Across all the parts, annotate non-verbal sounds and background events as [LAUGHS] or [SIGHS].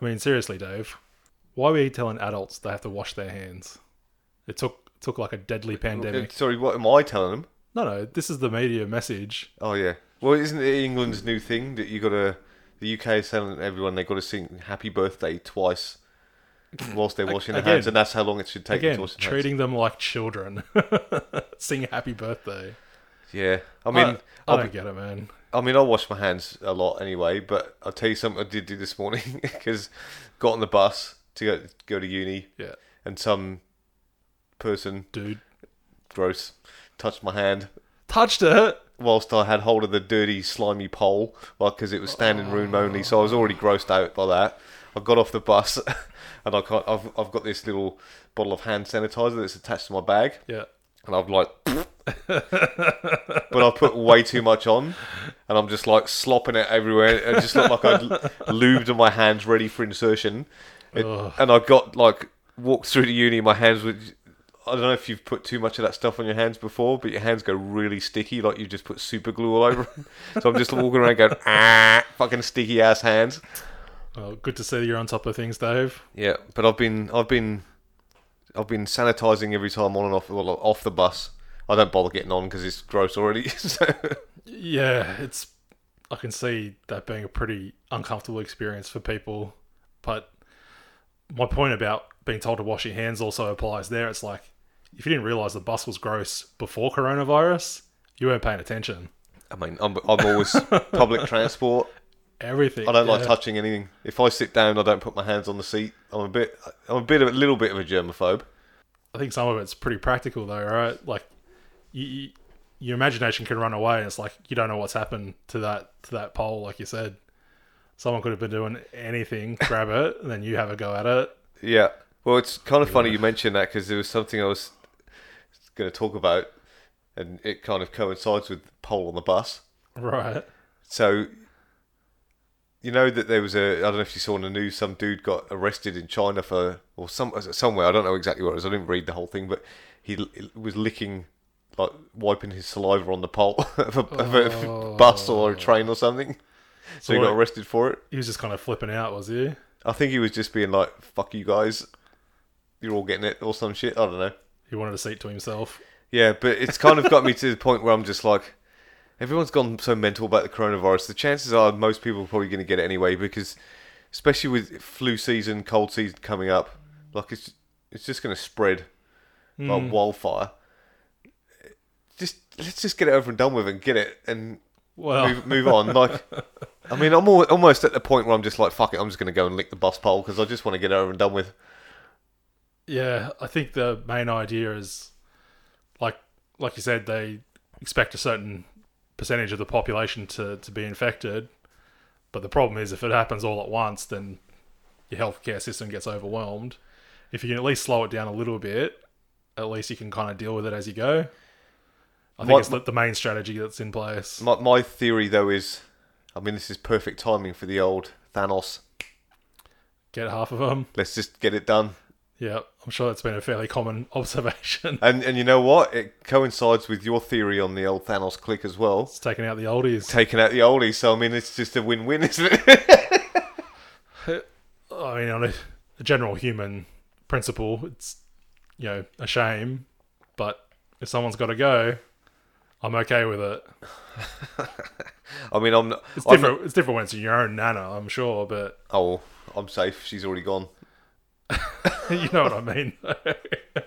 I mean, seriously, Dave, why are we telling adults they have to wash their hands? It took took like a deadly Uh, pandemic. Sorry, what am I telling them? No, no, this is the media message. Oh yeah. Well, isn't it England's new thing that you got to? The UK is telling everyone they got to sing "Happy Birthday" [COUGHS] twice whilst they're washing their again. hands, and that's how long it should take them to Again, wash their treating them like children. [LAUGHS] Sing happy birthday. hands. Yeah, I mean, I, I I, don't get it, man. I mean, I wash my hands a lot anyway, but I'll tell you something I did do this morning [LAUGHS] because got on the bus to go go to uni, Yeah, and some person dude, gross touched my hand touched it. whilst I had hold of the dirty, slimy pole, like because it was standing room only, so I was already grossed out by that. I got off the bus, [LAUGHS] and I can't, I've I've got this little bottle of hand sanitizer that's attached to my bag, Yeah, and I've like, but I put way too much on, and I'm just like slopping it everywhere. It just looked like I'd lubed my hands ready for insertion, It- Ugh. and I got like walked through the uni. My hands were. I don't know if you've put too much of that stuff on your hands before, but your hands go really sticky, like you just put super glue all over. 'em. so I'm just walking around going, ah, fucking sticky ass hands. well, good to see that you're on top of things, Dave. Yeah, but I've been, I've been, I've been sanitizing every time on and off, well, off the bus. I don't bother getting on because it's gross already. [LAUGHS] so Yeah, it's. I can see that being a pretty uncomfortable experience for people, but my point about being told to wash your hands also applies there. It's like if you didn't realize the bus was gross before coronavirus, you weren't paying attention. I mean, I'm, I'm always public transport. Everything. I don't like yeah. touching anything. If I sit down, I don't put my hands on the seat. I'm a bit, I'm a bit of a little bit of a germaphobe. I think some of it's pretty practical though, right? Like, you, you, your imagination can run away, and it's like you don't know what's happened to that to that pole. Like you said, someone could have been doing anything, [LAUGHS] grab it, and then you have a go at it. [LAUGHS] Yeah. Well, it's kind of funny you mentioned that because there was something I was going to talk about, and it kind of coincides with pole on the bus. Right. So, you know that there was a I don't know if you saw on the news some dude got arrested in China for or some somewhere I don't know exactly what it was. I didn't read the whole thing, but he l- was licking. Like wiping his saliva on the pole [LAUGHS] of a, of a bus or a train or something, so he what- got arrested for it. He was just kind of flipping out, was he? I think he was just being like, "Fuck you guys, you're all getting it" or some shit. I don't know. He wanted a seat to himself. Yeah, but it's kind of got me to the point where I'm just like, everyone's gone so mental about the coronavirus. The chances are most people are probably going to get it anyway because, especially with flu season, cold season coming up, like it's it's just going to spread Hmm. like wildfire. Just let's just get it over and done with and get it and Well, move, move on. Like, I mean, I'm al- almost at the point where I'm just like, fuck it, I'm just going to go and lick the bus pole because I just want to get it over and done with. yeah, I think the main idea is like like you said, they expect a certain percentage of the population to, to be infected. But the problem is if it happens all at once then your healthcare system gets overwhelmed. If you can at least slow it down a little bit, at least you can kind of deal with it as you go. I think My- it's the, the main strategy that's in place. My, my theory though is, I mean, this is perfect timing for the old Thanos. Get half of them. Let's just get it done. Yeah, I'm sure that's been a fairly common [LAUGHS] observation. And and you know what? It coincides with your theory on the old Thanos click as well, it's taking out the oldies. taking out the oldie. So I mean, it's just a win-win, isn't it? [LAUGHS] I mean, on a, a general human principle, it's you know a shame, but if someone's got to go, I'm okay with it. I mean, I'm not. It's I'm- different. it's different when it's your own nana, I'm sure, but [LAUGHS] oh, I'm safe. She's already gone. you know what I mean. [LAUGHS] I'm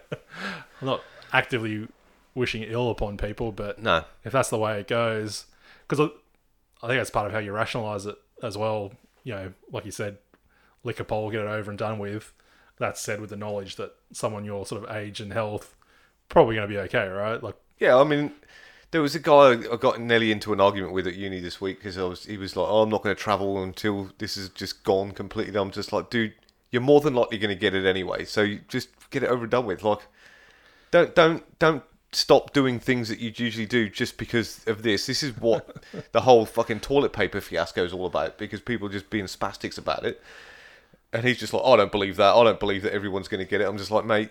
not actively wishing ill upon people, but No. if that's the way it goes, because I, I think that's part of how you rationalize it as well. You know, like you said, lick a pole, get it over and done with. That's said with the knowledge that someone your sort of age and health probably going to be okay, right? Like, Yeah, I mean, there was a guy I got nearly into an argument with at uni this week because I was. He was like, "Oh, I'm not going to travel until this is just gone completely." I'm just like, dude, you're more than likely going to get it anyway. So you just get it over and done with. Like, don't don't don't stop doing things that you usually do just because of this. This is what the whole fucking toilet paper fiasco is all about because people are just being spastics about it. And he's just like, I don't believe that. I don't believe that everyone's going to get it. I'm just like, mate,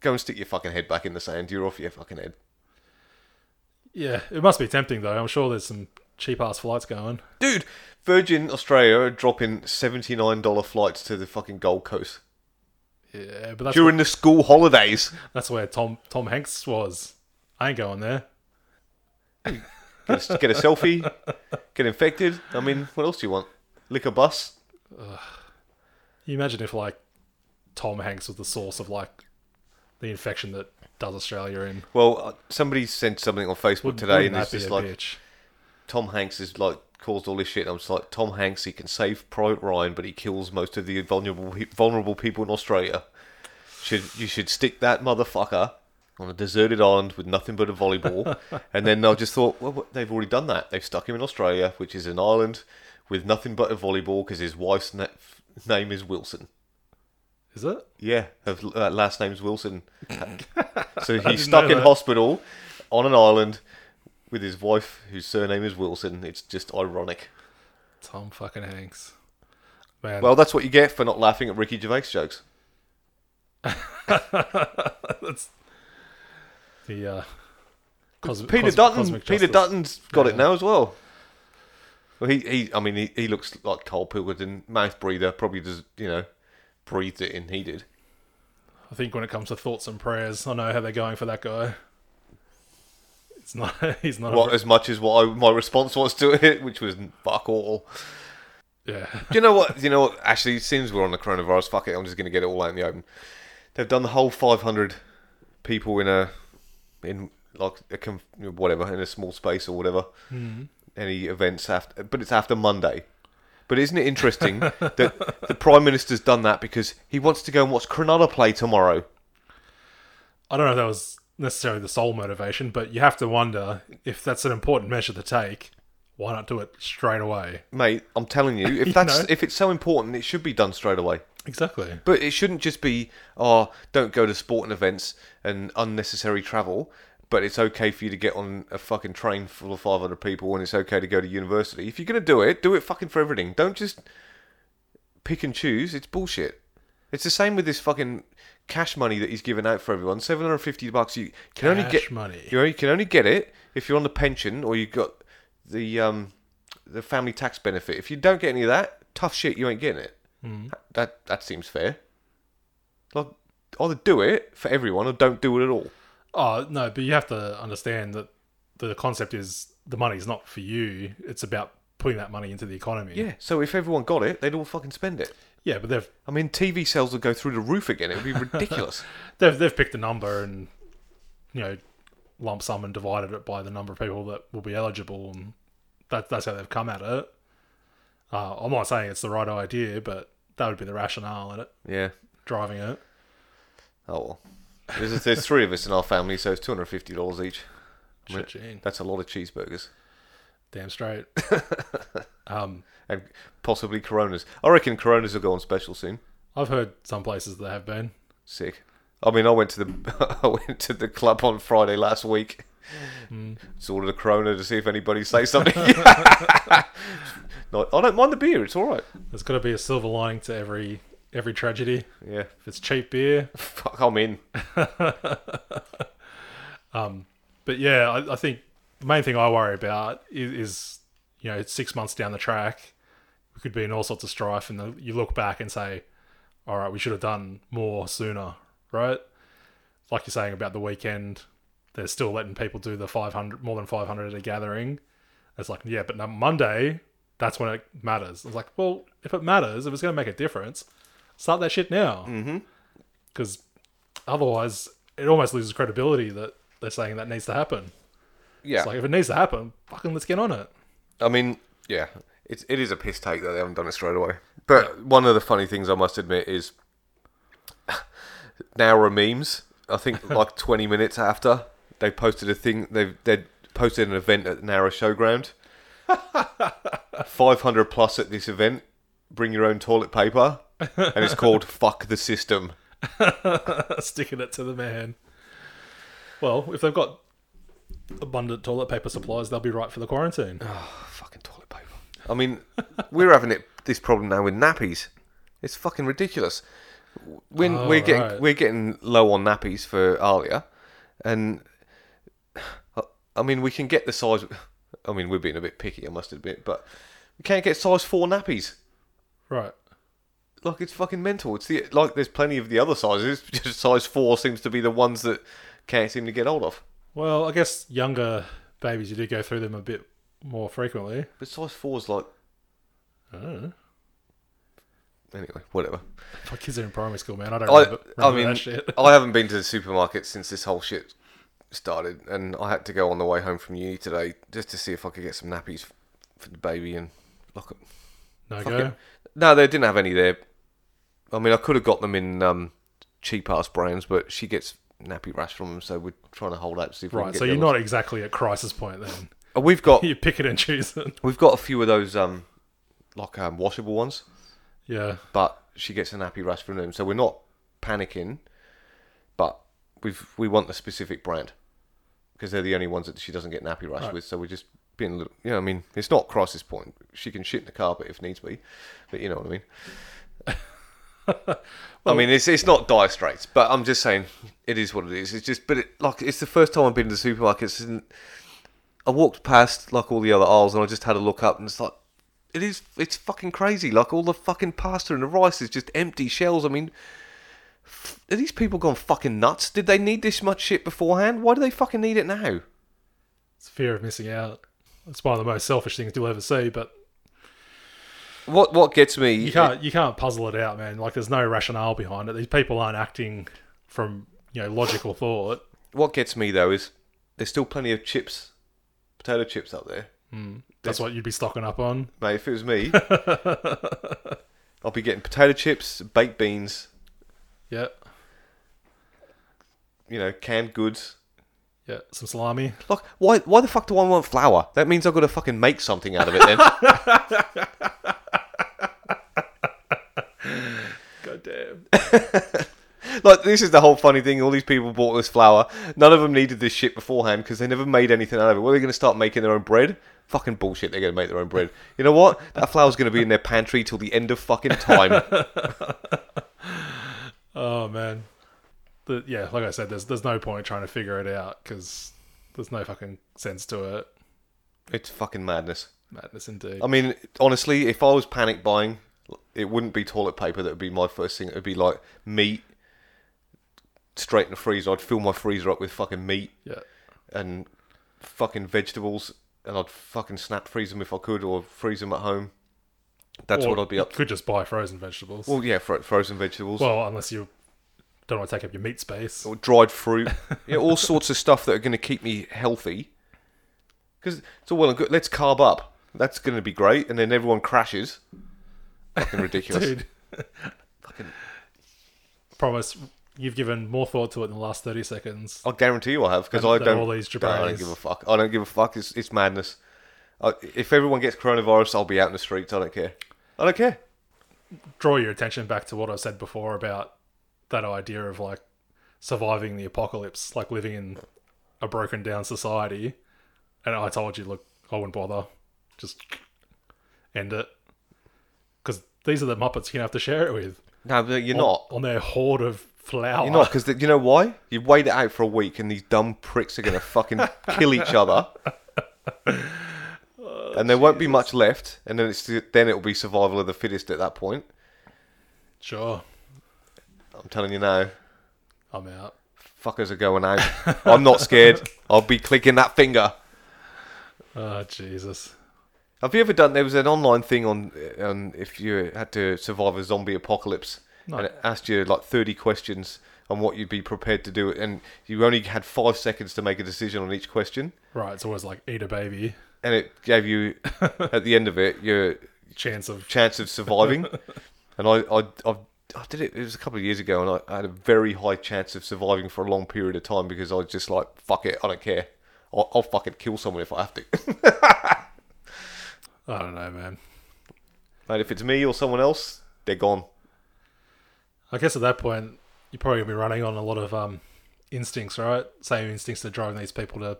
go and stick your fucking head back in the sand. You're off your fucking head. yeah, it must be tempting though. I'm sure there's some cheap ass flights going. Dude, Virgin Australia are dropping $79 flights to the fucking Gold Coast Yeah, but that's during the school holidays. that's where Tom Tom Hanks was. I ain't going there. Get a, get a selfie, get infected. I mean, what else do you want? Lick a bus? You imagine if like Tom Hanks was the source of like the infection that does Australia in. Well, uh, somebody sent something on Facebook today Wouldn't and that it's be just a like, bitch? Tom Hanks is like caused all this shit. And I'm just like, Tom Hanks, he can save Private Ryan, but he kills most of the vulnerable vulnerable people in Australia. Should you should stick that motherfucker on a deserted island with nothing but a volleyball, and then I just thought, well, what- they've already done that. They've stuck him in Australia, which is an island with nothing but a volleyball, because his wife's na- name is Wilson. Is it? Yeah, her uh, last name's [LAUGHS] Wilson. so didn't he's stuck know in that. hospital on an island with his wife, whose surname is Wilson. It's just ironic. Tom fucking Hanks. Man, Well, that's what you get for not laughing at Ricky Gervais jokes. that's the uh, cos- Peter cos- Dutton, cosmic Peter justice. Dutton's got Yeah. it now as well. Well, he, he I mean, he, he looks like Carl Pilkington, mouth breather. Probably just you know, breathed it in. He did. I think when it comes to thoughts and prayers, I know how they're going for that guy. It's not. [LAUGHS] He's not. Well, A, as much as what I, my response was to it, which was fuck all. yeah. Do you know what? Do you know what? Actually, since we're on the coronavirus, fuck it. I'm just going to get it all out in the open. They've done the whole 500 people in a in like a conf- whatever in a small space or whatever. Any events after, but it's after Monday. But isn't it interesting [LAUGHS] that the prime minister's done that because he wants to go and watch Cronulla play tomorrow? I don't know if that was necessarily the sole motivation, but you have to wonder if that's an important measure to take. Why not do it straight away? Mate, I'm telling you, if that's know. if it's so important, it should be done straight away. Exactly. But it shouldn't just be, oh, don't go to sporting events and unnecessary travel. But it's okay for you to get on a fucking train full of 500 people and it's okay to go to university. If you're going to do it, do it fucking for everything. Don't just pick and choose. It's bullshit. It's the same with this fucking cash money that he's giving out for everyone. 750 bucks. You can only Cash get money. You, only, can only get it if you're on the pension or you've got the um the family tax benefit. If you don't get any of that, tough shit, you ain't getting it. That that seems fair. Like either do it for everyone or don't do it at all. Oh no, but you have to understand that the concept is the money's not for you. It's about putting that money into the economy. Yeah. So if everyone got it, they'd all fucking spend it. Yeah, but they've I mean, TV sales would go through the roof again. It would be ridiculous. they've they've picked a number and you know lump sum and divided it by the number of people that will be eligible, and that that's how they've come at it. Uh, I'm not saying it's the right idea, but that would be the rationale in it, yeah. driving it. Oh well. There's, there's three of us in our family, so it's two hundred fifty dollars each. I mean, Cha-ching. That's a lot of cheeseburgers Damn straight. [LAUGHS] um, and possibly Coronas. I reckon Coronas will go on special soon. I've heard some places that have been. Sick. I mean, I went to the [LAUGHS] I went to the club on Friday last week. Just ordered a Corona to see if anybody say something. [LAUGHS] no, I don't mind the beer. It's all right. There's got to be a silver lining to every every tragedy. Yeah. If it's cheap beer, Fuck, I'm in. but yeah, I, I think the main thing I worry about is, is you know it's six months down the track, we could be in all sorts of strife, and the, you look back and say, "All right, we should have done more sooner." Right? Like you're saying about the weekend, they're still letting people do the 500 more than 500 at a gathering. It's like, yeah, but now Monday, that's when it matters. It's like, well, if it matters, if it's going to make a difference, start that shit now. Because otherwise, it almost loses credibility that they're saying that needs to happen. Yeah. It's like if it needs to happen, fucking let's get on it. [LAUGHS] I mean, yeah. It's it is a piss take that they haven't done it straight away. But one of the funny things I must admit is [LAUGHS] now are memes. I think like 20 minutes after they posted a thing, they they posted an event at the Nara Showground. 500 plus at this event. Bring your own toilet paper, and it's called "Fuck the System." Sticking it to the man. Well, if they've got abundant toilet paper supplies, they'll be right for the quarantine. Ah. Fucking toilet paper. I mean, we're having it this problem now with nappies. It's fucking ridiculous. When Oh, we're getting right. we're getting low on nappies for Alia, and I- I mean we can get the size. I mean, we're being a bit picky, I must admit, but we can't get size four nappies. Right. Like it's fucking mental. It's the like there's plenty of the other sizes. [LAUGHS] Just size four seems to be the ones that can't seem to get hold of. Well, I guess younger babies, you do go through them a bit more frequently. But size four's like I don't know. [LAUGHS] anyway, whatever. My kids are in primary school, man. I don't I, remember, I remember that mean, shit. [LAUGHS] I haven't been to the supermarket since this whole shit started, and I had to go on the way home from uni today just to see if I could get some nappies for the baby and lock it. No fuck go. it. No, they didn't have any there. I mean, I could have got them in um, cheap ass brands, but she gets nappy rash from them, so we're trying to hold out to see if we can Right, get so you're the others. not exactly at crisis point then. [LAUGHS] Uh, We've got you pick it and choose it. we've got a few of those um, like um, washable ones, [LAUGHS] Yeah. but she gets a nappy rash from them, so we're not panicking. But we've we want the specific brand because they're the only ones that she doesn't get nappy rash Right. with. So we're just being a little, you know, I mean, it's not crisis point. She can shit in the carpet if needs be, but you know what I mean. I mean, it's it's not dire straits, but I'm just saying it is what it is. It's just, but it, like, it's the first time I've been to the supermarkets, and I walked past like all the other aisles, and I just had a look up, and it's like, it is, it's fucking crazy. Like all the fucking pasta and the rice is just empty shells. I mean, f- are these people gone fucking nuts? Did they need this much shit beforehand? Why do they fucking need it now? It's fear of missing out. It's one of the most selfish things you'll ever see, but What what gets me? you can't you can't puzzle it out, man. Like there's no rationale behind it. These people aren't acting from, you know, logical thought. What gets me though is there's still plenty of chips, potato chips up there. That's what you'd be stocking up on. Mate, if it [LAUGHS] was me, I'll be getting potato chips, baked beans, Yeah. you know, canned goods. Yeah. Some salami. Like, why? Why the fuck do I want flour? That means I've got to fucking make something out of it. Then God damn. Like, this is the whole funny thing. All these people bought this flour. None of them needed this shit beforehand because they never made anything out of it. Well, they're going to start making their own bread. Fucking bullshit. They're going to make their own bread. You know what? That flour's going to be in their pantry till the end of fucking time. Oh man. The, yeah, like I said, there's there's no point trying to figure it out because there's no fucking sense to it. it's fucking madness. Madness indeed. I mean, honestly, if I was panic buying, it wouldn't be toilet paper that would be my first thing. It would be like meat straight in the freezer. I'd fill my freezer up with fucking meat yeah. and fucking vegetables, and I'd fucking snap freeze them if I could, or freeze them at home. That's Or what I'd be you [LAUGHS] up Could just buy frozen vegetables. Well, Well, yeah, fro- frozen vegetables, unless you don't want to take up your meat space. [LAUGHS] or dried fruit, you know, all sorts of stuff that are going to keep me healthy. Because it's all well and good. Let's carb up. That's going to be great, and then everyone crashes. [LAUGHS] Fucking ridiculous. Dude. Promise, you've given more thought to it in the last 30 seconds. I guarantee you I have because Than- I than don't. all these no, I don't jabronis. give a fuck. I don't give a fuck. It's it's madness. I, if everyone gets coronavirus, I'll be out in the streets. I don't care. I don't care. Draw your attention back to what I said before about that idea of like surviving the apocalypse, like living in a broken down society. And I told you, look, I wouldn't bother. Just end it. Because these are the Muppets you have to share it with. No, but you're not. On their hoard of flour. Oh. You're not [LAUGHS] because you know why? You wait it out for a week, and these dumb pricks are going to fucking kill each other, and there won't be much left. And then it's then it'll be survival of the fittest at that point. Sure, I'm telling you now, I'm out. fuckers are going out. I'm not scared. I'll be clicking that finger. Oh, Jesus. Have you ever done? There was an online thing on, on if you had to survive a zombie apocalypse, and it asked you like thirty questions on what you'd be prepared to do, and you only had five seconds to make a decision on each question, Right, it's always like eat a baby. and it gave you at the end of it your Chance of chance of surviving. and I, I, I, I did it. It was a couple of years ago, and I, I had a very high chance of surviving for a long period of time because I was just like, fuck it, I don't care. I'll, I'll fucking kill someone if I have to. [LAUGHS] I don't know, man. and if it's me or someone else, they're gone. I guess at that point you're probably gonna be running on a lot of um instincts, right? Same instincts that are driving these people to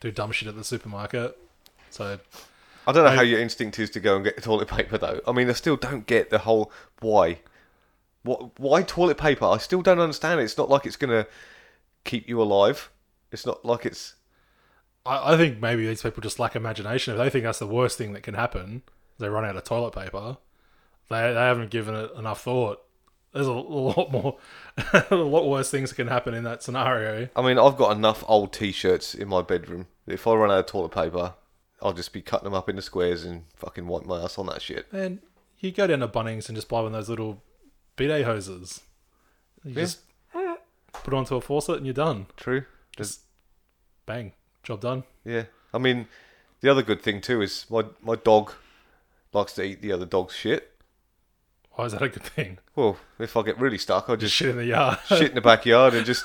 do dumb shit at the supermarket. So I don't know how your instinct is to go and get [LAUGHS] toilet paper though. I mean, I still don't get the whole why. What why toilet paper? I still don't understand it. It's not like it's gonna keep you alive. It's not like it's I, I think maybe these people just lack imagination. If they think that's the worst thing that can happen, they run out of toilet paper. They they haven't given it enough thought. There's a, lot more, [LAUGHS] a lot worse things that can happen in that scenario. I mean, I've got enough old T-shirts in my bedroom. that If I run out of toilet paper, I'll just be cutting them up into squares and fucking wipe my ass on that shit. And you go down to Bunnings and just buy one of those little bidet hoses. You Yeah. just put it onto a faucet and you're done. True. Just bang, job done. Yeah. I mean, the other good thing too is my my dog likes to eat the other dog's shit. Why is that a good thing? [LAUGHS] Well, if I get really stuck, I [LAUGHS] just Shit in the yard. [LAUGHS] shit in the backyard and just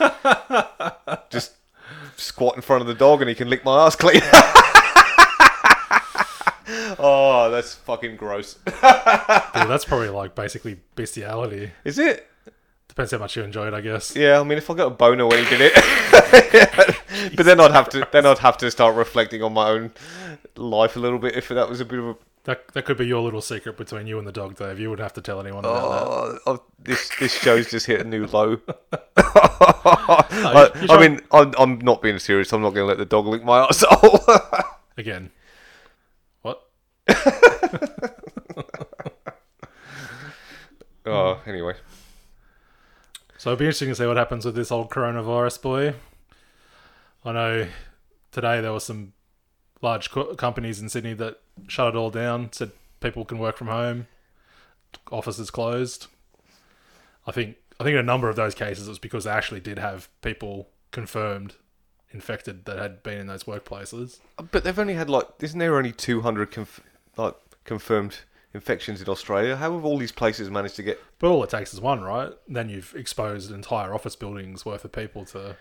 just squat in front of the dog and he can lick my ass clean. [LAUGHS] oh, that's fucking gross. Dude, that's probably like basically bestiality. Is it? Depends how much you enjoy it, I guess. Yeah, I mean, if I got a boner when he did it, [LAUGHS] but then I'd have to then I'd have to start reflecting on my own life a little bit if that was a bit of a That that could be your little secret between you and the dog, Dave. You wouldn't have to tell anyone about Oh, I've- this this show's just hit a new [LAUGHS] low. you're I, I trying- mean, I'm, I'm not being serious. I'm not going to let the dog lick my [LAUGHS] arsehole. that. Again. What? oh, anyway. So it'll be interesting to see what happens with this old coronavirus boy. I know today there were some large co- companies in Sydney that shut it all down, said people can work from home, offices closed. I think I think in a number of those cases it was because they actually did have people confirmed infected that had been in those workplaces. But they've only had like, isn't there only 200 conf- like confirmed infections in Australia? How have all these places managed to get? But all it takes is one, right? Then you've exposed entire office buildings worth of people to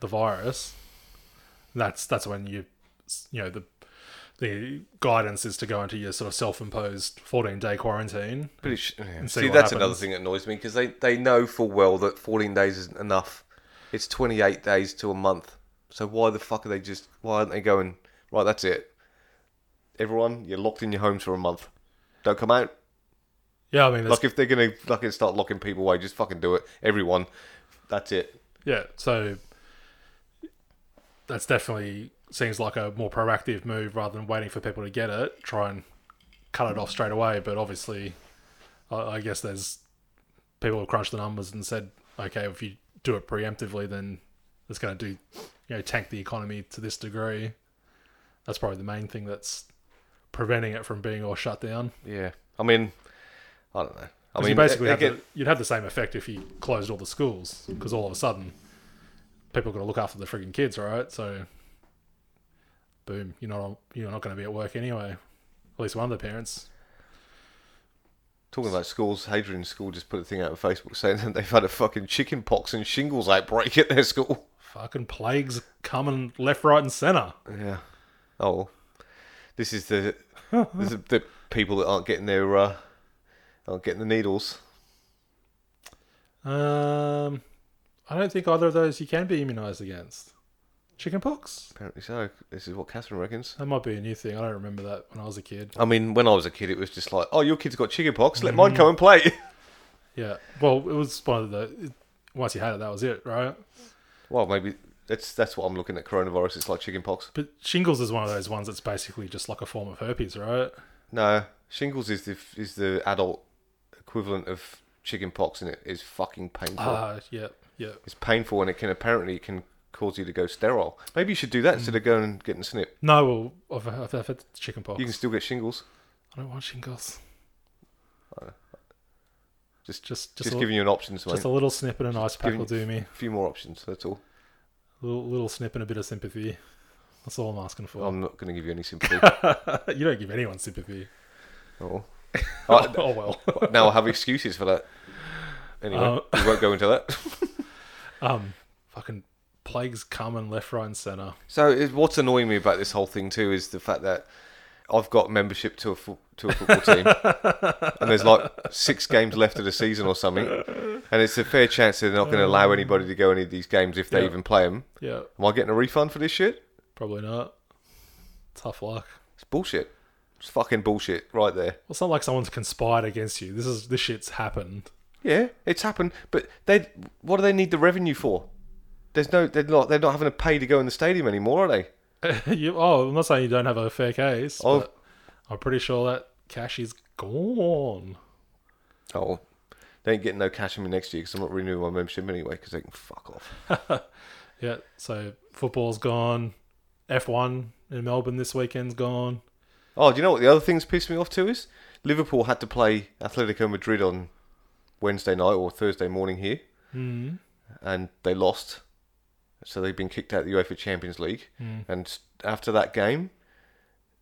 the virus. And That's that's when you you know the the guidance is to go into your sort of self-imposed 14-day quarantine. But it sh- yeah. see See, what that's another happens. thing that annoys me because they, they know full well that 14 days isn't enough. It's 28 days to a month. So why the fuck are they just? Why aren't they going? Right, that's it. Everyone, you're locked in your homes for a month. Don't come out. Yeah, I mean, there's Like if they're gonna fucking start locking people away, just fucking do it. Everyone, that's it. Yeah, so that's definitely seems like a more proactive move rather than waiting for people to get it. Try and cut it off straight away, but obviously, I, I guess there's people who crunched the numbers and said, okay, if you do it preemptively, then it's going to do, you know, tank the economy to this degree. That's probably the main thing that's preventing it from being all shut down. Yeah. I mean, I don't know. I 'Cause mean, you basically they- have they the, you'd have the same effect if you closed all the schools because all of a sudden people are going to look after the frigging kids, right? So, boom, you're not you're not going to be at work anyway. At least one of the parents. Talking about schools, Hadrian's school just put a thing out on Facebook saying [LAUGHS] that they've had a fucking chicken pox and shingles outbreak at their school. Fucking plagues coming left, right, and center. Yeah. Oh, this is the this is the people that aren't getting their uh, aren't getting the needles. Um, I don't think either of those you can be immunised against. Chickenpox. Apparently so. This is what Catherine reckons. That might be a new thing. I don't remember that when I was a kid. I mean, when I was a kid, it was just like, oh, your kid's got chicken pox. Let mine come and play. [LAUGHS] Yeah. Well, it was one of the. it- once you had it, that was it, right? well, maybe that's that's what I'm looking at. Coronavirus. It's like chicken pox. But shingles is one of those ones that's basically just like a form of herpes, right? No, shingles is the is the adult equivalent of chicken pox, and it is fucking painful. Ah, yeah, yeah. It's painful, and it can apparently it can cause you to go sterile. Maybe you should do that instead of going and getting a snip. No, well, I've, I've, I've had chicken pox. You can still get shingles. I don't want shingles. Just just, Just, just, a, giving you an option, mate. just a little snip and an ice pack giving- will do me. a few more options. That's all. little, little snip and a bit of sympathy. That's all I'm asking for. I'm not going to give you any sympathy. [LAUGHS] you don't give anyone sympathy. oh. Uh, [LAUGHS] oh well. now I have excuses for that. Anyway, Oh. we won't go into [LAUGHS] that. um, fucking plagues coming left, right, and center. So it, what's annoying me about this whole thing too is the fact that I've got membership to a fo- to a [LAUGHS] football team, and there's like six games left of the season or something, and it's a fair chance they're not going to allow anybody to go any of these games if they Yeah. even play them. Yeah, Am I getting a refund for this shit? probably not. Tough luck. It's bullshit. It's fucking bullshit right there. Well, it's not like someone's conspired against you. This is this shit's happened. Yeah, it's happened, but they what do they need the revenue for? There's no they're not they're not having to pay to go in the stadium anymore, are [LAUGHS] they? you, oh, I'm not saying you don't have a fair case. Oh. but I'm pretty sure that cash is gone. Oh, they ain't getting no cash in me next year because I'm not renewing my membership anyway because they can fuck off. Yeah, so football's gone. F1 in Melbourne this weekend's gone. Oh, do you know what the other thing's pissed me off too is? Liverpool had to play Atletico Madrid on Wednesday night or Thursday morning here, Mm. and they lost. So they've been kicked out of the UEFA Champions League. Mm. And s- after that game,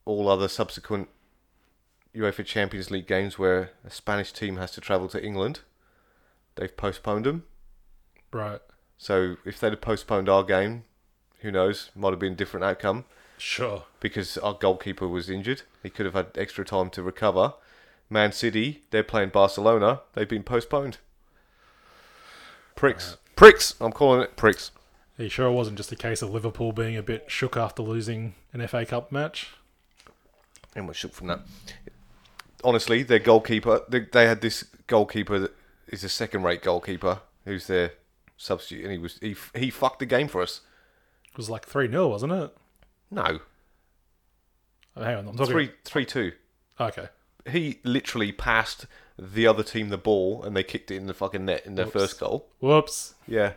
all other subsequent UEFA Champions League games where a Spanish team has to travel to England, they've postponed them. Right. So if they'd have postponed our game, who knows? Might have been a different outcome Sure. because our goalkeeper was injured. He could have had extra time to recover. Man City, they're playing Barcelona. They've been postponed. Pricks. Pricks! I'm calling it pricks. Are you sure it wasn't just a case of Liverpool being a bit shook after losing an FA Cup match? And we're shook from that. Honestly, their goalkeeper, they, they had this goalkeeper that is a second rate goalkeeper who's their substitute, and he was he, f- he fucked the game for us. It was like 3 0, wasn't it? No. Oh, hang on, I'm talking. 3 3 2. Okay. he literally passed the other team the ball and they kicked it in the fucking net in their Whoops. first goal. Whoops. Yeah.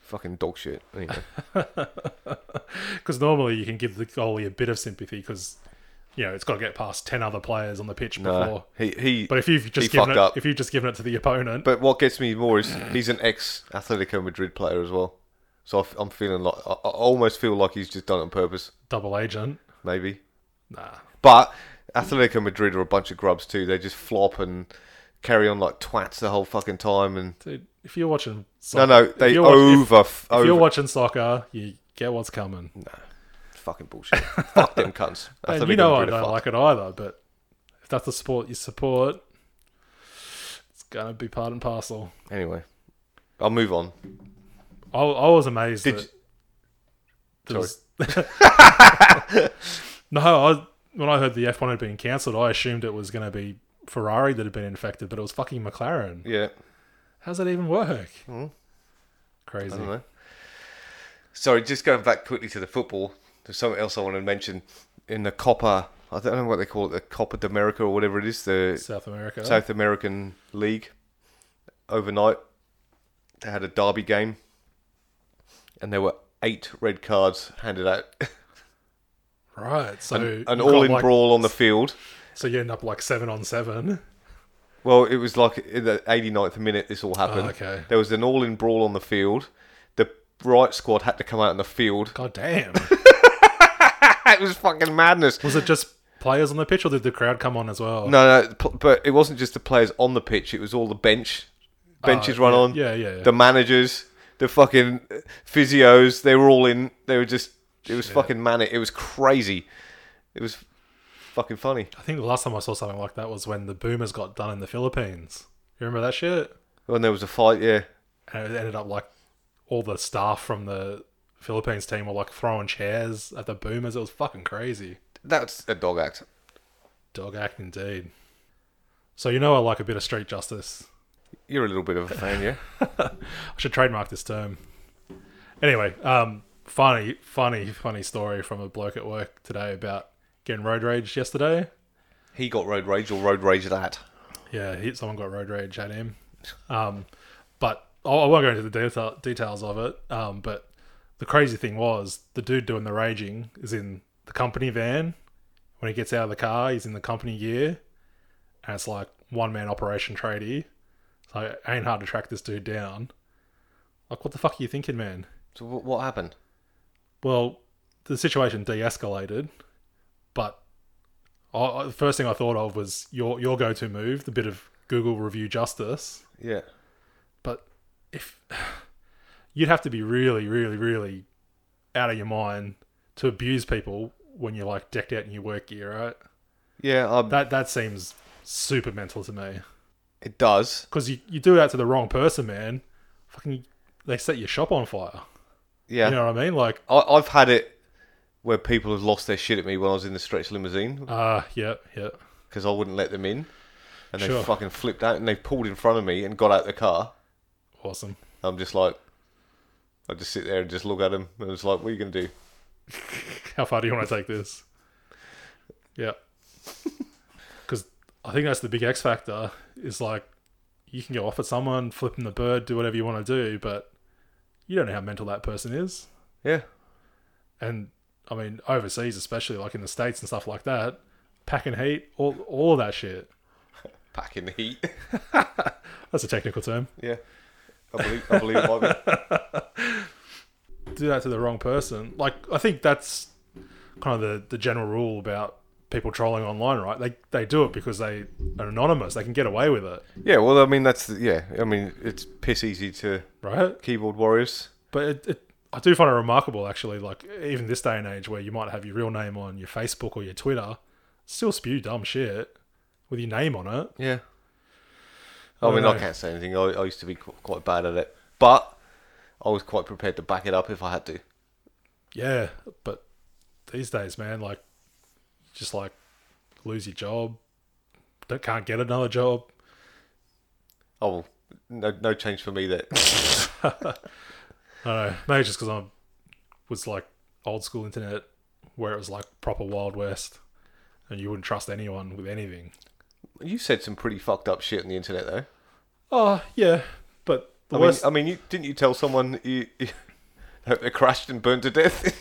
Fucking dog shit. [LAUGHS] Anyway. Because normally you can give the goalie a bit of sympathy because, you know, it's got to get past 10 other players on the pitch no, before. he, he Uh, But if you've just he given fucked it, up. if you've just given it to the opponent, But what gets me more is he's an ex Atletico Madrid player as well. So I f- I'm feeling like I I almost feel like he's just done it on purpose, double agent, maybe. nah, But Atletico Madrid are a bunch of grubs too. They just flop and carry on like twats the whole fucking time. And dude. If you're watching, no, soccer, no, they you're watch- over, f if you're over watching soccer, you get what's coming. fucking bullshit. [LAUGHS] Fuck them cunts. And Atletico you know I Madrid are don't fucked. like it either, but if that's the sport you support, it's gonna be part and parcel. Anyway, I'll move on. I, I was amazed. Did that you- there was- [LAUGHS] no, I, when I heard the F1 had been cancelled, I assumed it was going to be Ferrari that had been infected, but it was fucking McLaren. Yeah, How's that even work? Crazy. Hmm? I don't know. Sorry, just going back quickly to the football. There's something else I want to mention in the Copa. I don't know what they call it, the Copa de America or whatever it is, the South America. South American League. Overnight, they had a derby game, and there were eight red cards handed out, right. So [LAUGHS] an, an you've got, all-in like- brawl on the field. So you end up like seven on seven. Well, it was like in the 89th minute this all happened. Oh, okay. There was an all-in brawl on the field. The right squad had to come out on the field. [LAUGHS] God damn. [LAUGHS] it was fucking madness. was it just players on the pitch, or did the crowd come on as well? No, no, pl- but it wasn't just the players on the pitch. It was all the bench, benches run Uh, yeah, on. yeah, yeah, yeah. The managers, the fucking physios. They were all in. They were just. It was fucking manic. It was crazy. It was fucking funny. I think the last time I saw something like that was when the Boomers got done in the Philippines. You remember that shit? When there was a fight, yeah. and it ended up like all the staff from the Philippines team were like throwing chairs at the boomers. It was fucking crazy. That's a dog act. Dog act indeed. So you know I like a bit of street justice. You're a little bit of a fan, yeah. I should trademark this term. Anyway, um, funny, funny, funny story from a bloke at work today about getting road rage yesterday. He got road rage or road rage that. Yeah, he, someone got road rage at him. Um, but I I won't go into the detail, details of it. Um, but the crazy thing was the dude doing the raging is in the company van. When he gets out of the car, he's in the company gear, and it's like one man operation tradie. So it ain't hard to track this dude down. Like, what the fuck are you thinking, man? So wh- what happened? Well, the situation de-escalated, but I, I, the first thing I thought of was your your go-to move, the bit of Google review justice. Yeah. But if [SIGHS] you'd have to be really, really, really out of your mind to abuse people when you're like decked out in your work gear, right? Yeah, um, That that seems super mental to me it does. because you you do that to the wrong person, man. Fucking, they set your shop on fire. Yeah. You know what I mean? Like, I- I've had it where people have lost their shit at me when I was in the stretch limousine ah, yeah, yeah. because I wouldn't let them in, and they Sure. fucking flipped out and they pulled in front of me and got out the car. Awesome. I'm just like, I just sit there and just look at them, and it's like, what are you gonna do? [LAUGHS] How far do you want to take this? Yeah. Because I think that's the big X factor is like you can go off at someone, flip them the bird, do whatever you want to do, but you don't know how mental that person is. Yeah. And I mean, overseas, especially like in the States and stuff like that, packing heat, all, all of that shit. Packing the heat. [LAUGHS] That's a technical term. Yeah. I believe, I believe it might be. do that to the wrong person. Like I think that's kind of the, the general rule about people trolling online, right? They they do it because they are anonymous. They can get away with it, [LAUGHS] Yeah, well, I mean, that's, the, yeah, I mean, it's piss easy to right? keyboard warriors. But it, it I do find it remarkable actually, like even this day and age where you might have your real name on your Facebook or your Twitter, still spew dumb shit with your name on it. Yeah. I I don't mean, know. I can't say anything. I, I used to be qu- quite bad at it, but I was quite prepared to back it up if I had to. Yeah, but these days, man, like just like lose your job, don't, can't get another job. Oh, well, no, no change for me there. I don't know. Maybe just because I was like old school internet, where it was like proper Wild West, and you wouldn't trust anyone with anything. [COUGHS] you said some pretty fucked up shit on the internet, though. Oh yeah, but the I mean, worst. I mean, you, didn't you tell someone you, [LAUGHS] you that they crashed and burned to death?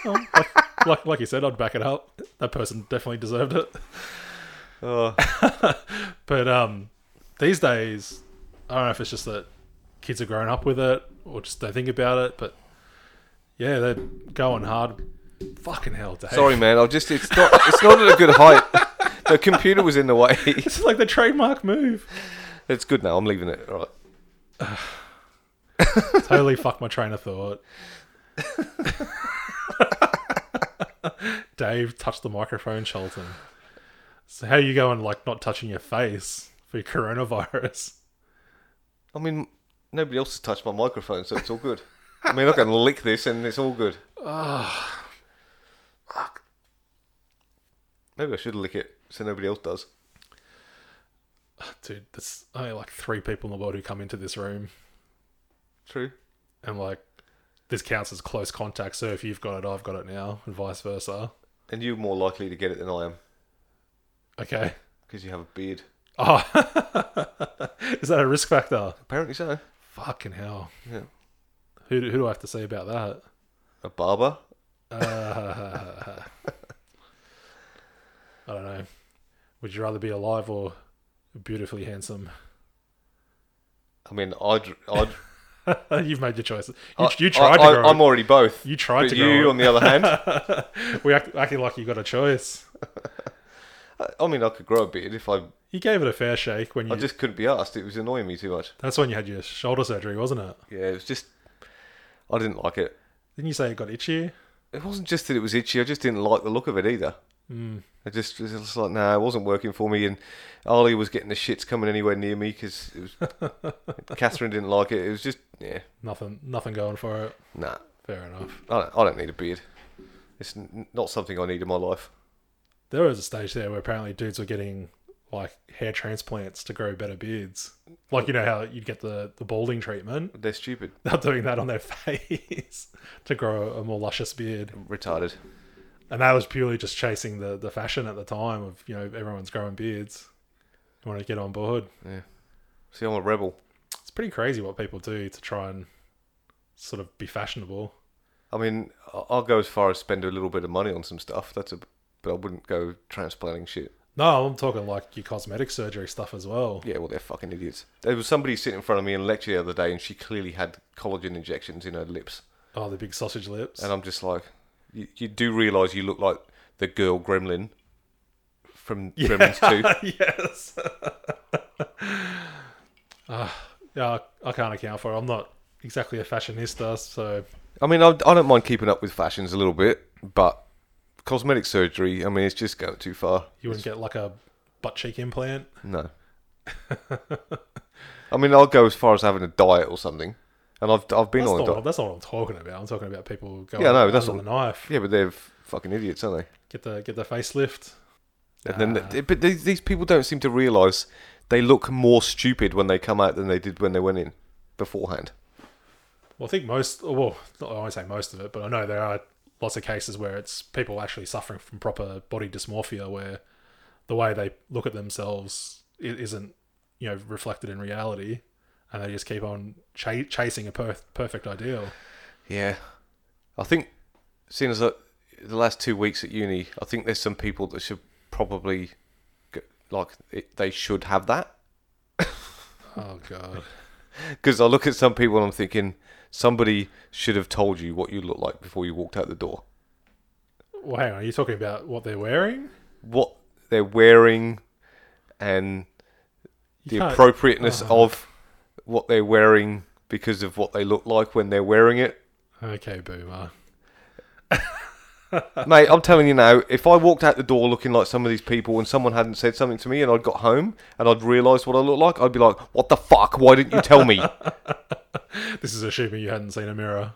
[LAUGHS] oh, like, like like you said, I'd back it up. That person definitely deserved it. [LAUGHS] oh, But um, these days, I don't know if it's just that kids are grown up with it or just don't think about it. But yeah, they're going hard. Fucking hell, Dave. [LAUGHS] sorry, man. I just it's not it's not at a good height. The computer was in the way. [LAUGHS] This is like the trademark move. It's good now. I'm leaving it. All right. totally fucked my train of thought. Dave touched the microphone, Charlton. So how you going? Like not touching your face for your coronavirus? I mean, nobody else has touched my microphone, so it's all good. I mean, I can lick this, and it's all [SIGHS] good. Maybe I should lick it so nobody else does. Dude, there's only like three people in the world who come into this room, True. and like this counts as close contact. So if you've got it, I've got it now, and vice versa. And you're more likely to get it than I am Okay. [LAUGHS] because you have a beard. Oh, [LAUGHS] is that a risk factor? Apparently so. Fucking hell. Yeah. Who do, who do I have to say about that? [LAUGHS] A barber. Uh, I don't know. Would you rather be alive or beautifully handsome? [LAUGHS] I mean, I'd. I'd You've made your choices. You, I- you tried I, to grow. I, am already both. you tried but to you, grow. on the other hand, [LAUGHS] we act, acting like you got a choice. I mean, I could grow a beard if I. You gave it a fair shake when you. I just couldn't be asked. It was annoying me too much. that's when you had your shoulder surgery, wasn't it? Yeah, it was just. I didn't like it. Didn't you say it got itchy? It wasn't just that it was itchy. I just didn't like the look of it either. Mm. I just it was just like, nah, it wasn't working for me. And Ollie was getting the shits coming anywhere near me because it was. [LAUGHS] Catherine didn't like it. It was just, yeah, Nothing. Nothing going for it. nah. Fair enough. I don't, I don't need a beard. It's n- not something I need in my life. There was a stage there where apparently dudes were getting like hair transplants to grow better beards. Like you know how you'd get the the balding treatment. [LAUGHS] They're stupid, They're doing that on their [LAUGHS] face to grow a more luscious beard. retarded. And that was purely just chasing the, the fashion at the time of, you know, everyone's growing beards. You want to get on board. See, I'm a rebel. It's pretty crazy what people do to try and sort of be fashionable. I mean, I- I'll go as far as spend a little bit of money on some stuff. That's a, but I wouldn't go transplanting shit. No, I'm talking like your cosmetic surgery stuff as well. Yeah, well, they're fucking idiots. There was somebody sitting in front of me in lecture the other day, and she clearly had collagen injections in her lips. Oh, the big sausage lips. [LAUGHS] And I'm just like, you, you do realise you look like the girl Gremlin [LAUGHS] from Gremlins 2. yes. [LAUGHS] Ah, yeah, I, I can't account for it. I'm not exactly a fashionista, so I mean, I, I don't mind keeping up with fashions a little bit, but cosmetic surgery, I mean, it's just going too far. you wouldn't get like a butt cheek implant. [LAUGHS] No. I mean, I'll go as far as having a diet or something. And I've, I've been That's on a not, diet. what, that's not what I'm talking about. I'm talking about people going Yeah, yeah, no, no, that's on the knife. Yeah, but they're f- fucking idiots, aren't Get the get the facelift. they? And Nah. then, th- but these, these people don't seem to realise they look more stupid when they come out than they did when they went in beforehand. oh, Well, I think most. Well, not, I won't say most of it, but I know there are lots of cases where it's people actually suffering from proper body dysmorphia, where the way they look at themselves i- isn't you know reflected in reality, and they just keep on cha- chasing a per- perfect ideal. Yeah, I think seeing as that the last two weeks at uni, I think there's some people that should probably go- like it, they should have that Oh god. because I look at some people and I'm thinking somebody should have told you what you look like before you walked out the door. Well, hang on. Are you talking about what they're wearing? What they're wearing and You the can't- appropriateness Oh. of what they're wearing because of what they look like when they're wearing it. [LAUGHS] Okay, boomer. Mate, I'm telling you now, if I walked out the door looking like some of these people and someone hadn't said something to me and I'd got home and I'd realised what I looked like, I'd be like, what the fuck? Why didn't you [LAUGHS] tell me? This is assuming you hadn't seen a mirror.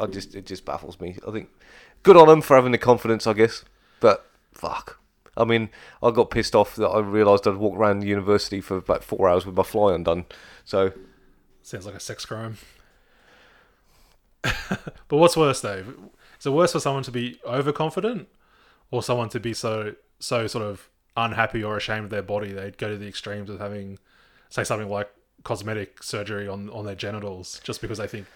I just It just baffles me. I think good on them for having the confidence, I guess. But fuck. I mean, I got pissed off that I realised I'd walked around the university for about four hours with my fly undone. So, Sounds like a sex crime. [LAUGHS] but what's worse, Dave? Is it worse for someone to be overconfident, or someone to be so so sort of unhappy or ashamed of their body they'd go to the extremes of having, say, something like cosmetic surgery on on their genitals just because they think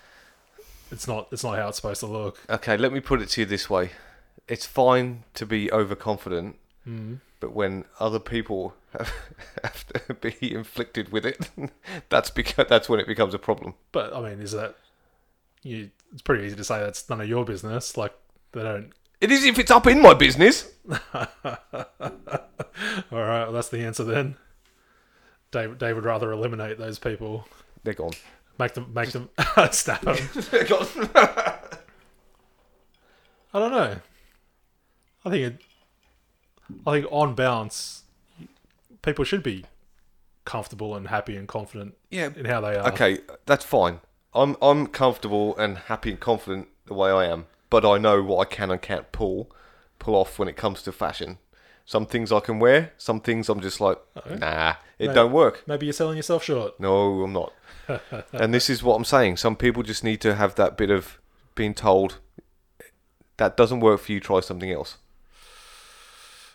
it's not it's not how it's supposed to look. okay, let me put it to you this way it's fine to be overconfident. But when other people have, [LAUGHS] have to be inflicted with it, [LAUGHS] that's because that's when it becomes a problem. But I mean, is that you? It's pretty easy to say that's none of your business. Like they don't. It is if it's up in my business. All right, well, that's the answer then. Dave, Dave would rather eliminate those people. They're gone. Make them, make them [LAUGHS] stab 'em. [LAUGHS] They're gone. I don't know. I think it. I think on balance, people should be comfortable and happy and confident yeah. in how they are. Okay, that's fine. I'm I'm comfortable and happy and confident the way I am, but I know what I can and can't pull pull off when it comes to fashion. Some things I can wear, some things I'm just like, nah, it No. don't work. Maybe you're selling yourself short. [LAUGHS] No, I'm not. and this is what I'm saying. Some people just need to have that bit of being told that doesn't work for you. Try something else.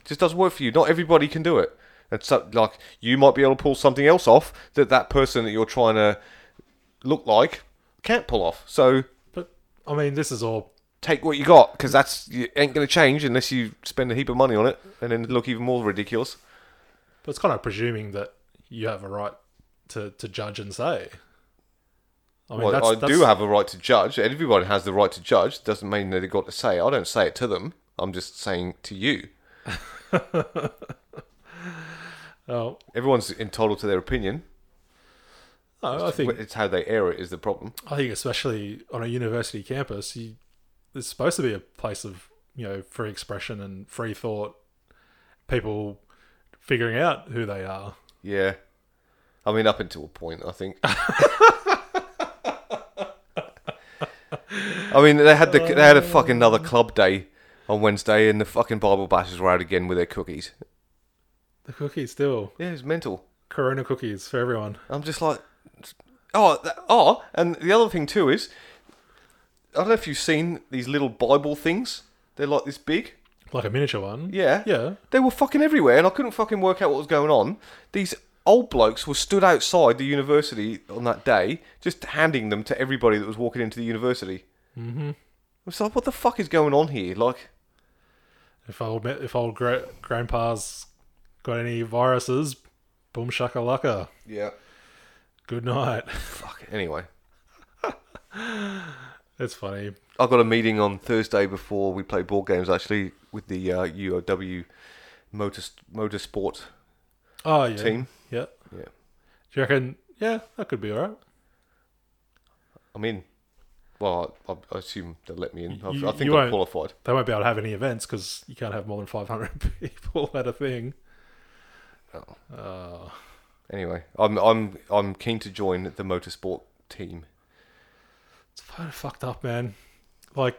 just doesn't work for you. Not everybody can do it. And so, like, you might be able to pull something else off that that person that you're trying to look like can't pull off. So But I mean, this is all. take what you got because that's you ain't going to change unless you spend a heap of money on it and then look even more ridiculous. But it's kind of presuming that you have a right to to judge and say. I mean, Well, that's, I that's, do have a right to judge. Everybody has the right to judge. Doesn't mean that they've got to say. it. I don't say it to them. I'm just saying to you. Oh, Everyone's entitled to their opinion. no, I think It's how they air it is the problem. I think especially on a university campus, you, it's supposed to be a place of you know free expression and free thought. People figuring out who they are. Yeah. I mean, up until a point, I [LAUGHS] think. I mean, they had the they had a fucking another club day on Wednesday, and the fucking Bible bashers were out again with their cookies. The cookies still Yeah, it's mental. Corona cookies for everyone. I'm just like, oh, th- oh, and the other thing too is, I don't know if you've seen these little Bible things. They're like this big. Like a miniature one. Yeah. Yeah. They were fucking everywhere, and I couldn't fucking work out what was going on. These old blokes were stood outside the university on that day, just handing them to everybody that was walking into the university. Mm-hmm. I was like, what the fuck is going on here? Like, If old ma- if old gra- grandpa's got any viruses, boom shakalaka. yeah, Good night. fuck. Anyway, it's funny. I got a meeting on Thursday before we play board games actually with the uh, UOW motor motorsport Oh yeah. team. Yeah. Yeah, Do you reckon? Yeah, that could be alright. I'm in. Well, I, I assume they'll let me in. I, You- I think you I'm won't. qualified. They won't be able to have any events because you can't have more than five hundred [LAUGHS] people at a thing. Oh. Oh. Anyway, I'm I'm I'm keen to join the motorsport team. It's kind of fucked up, man. Like,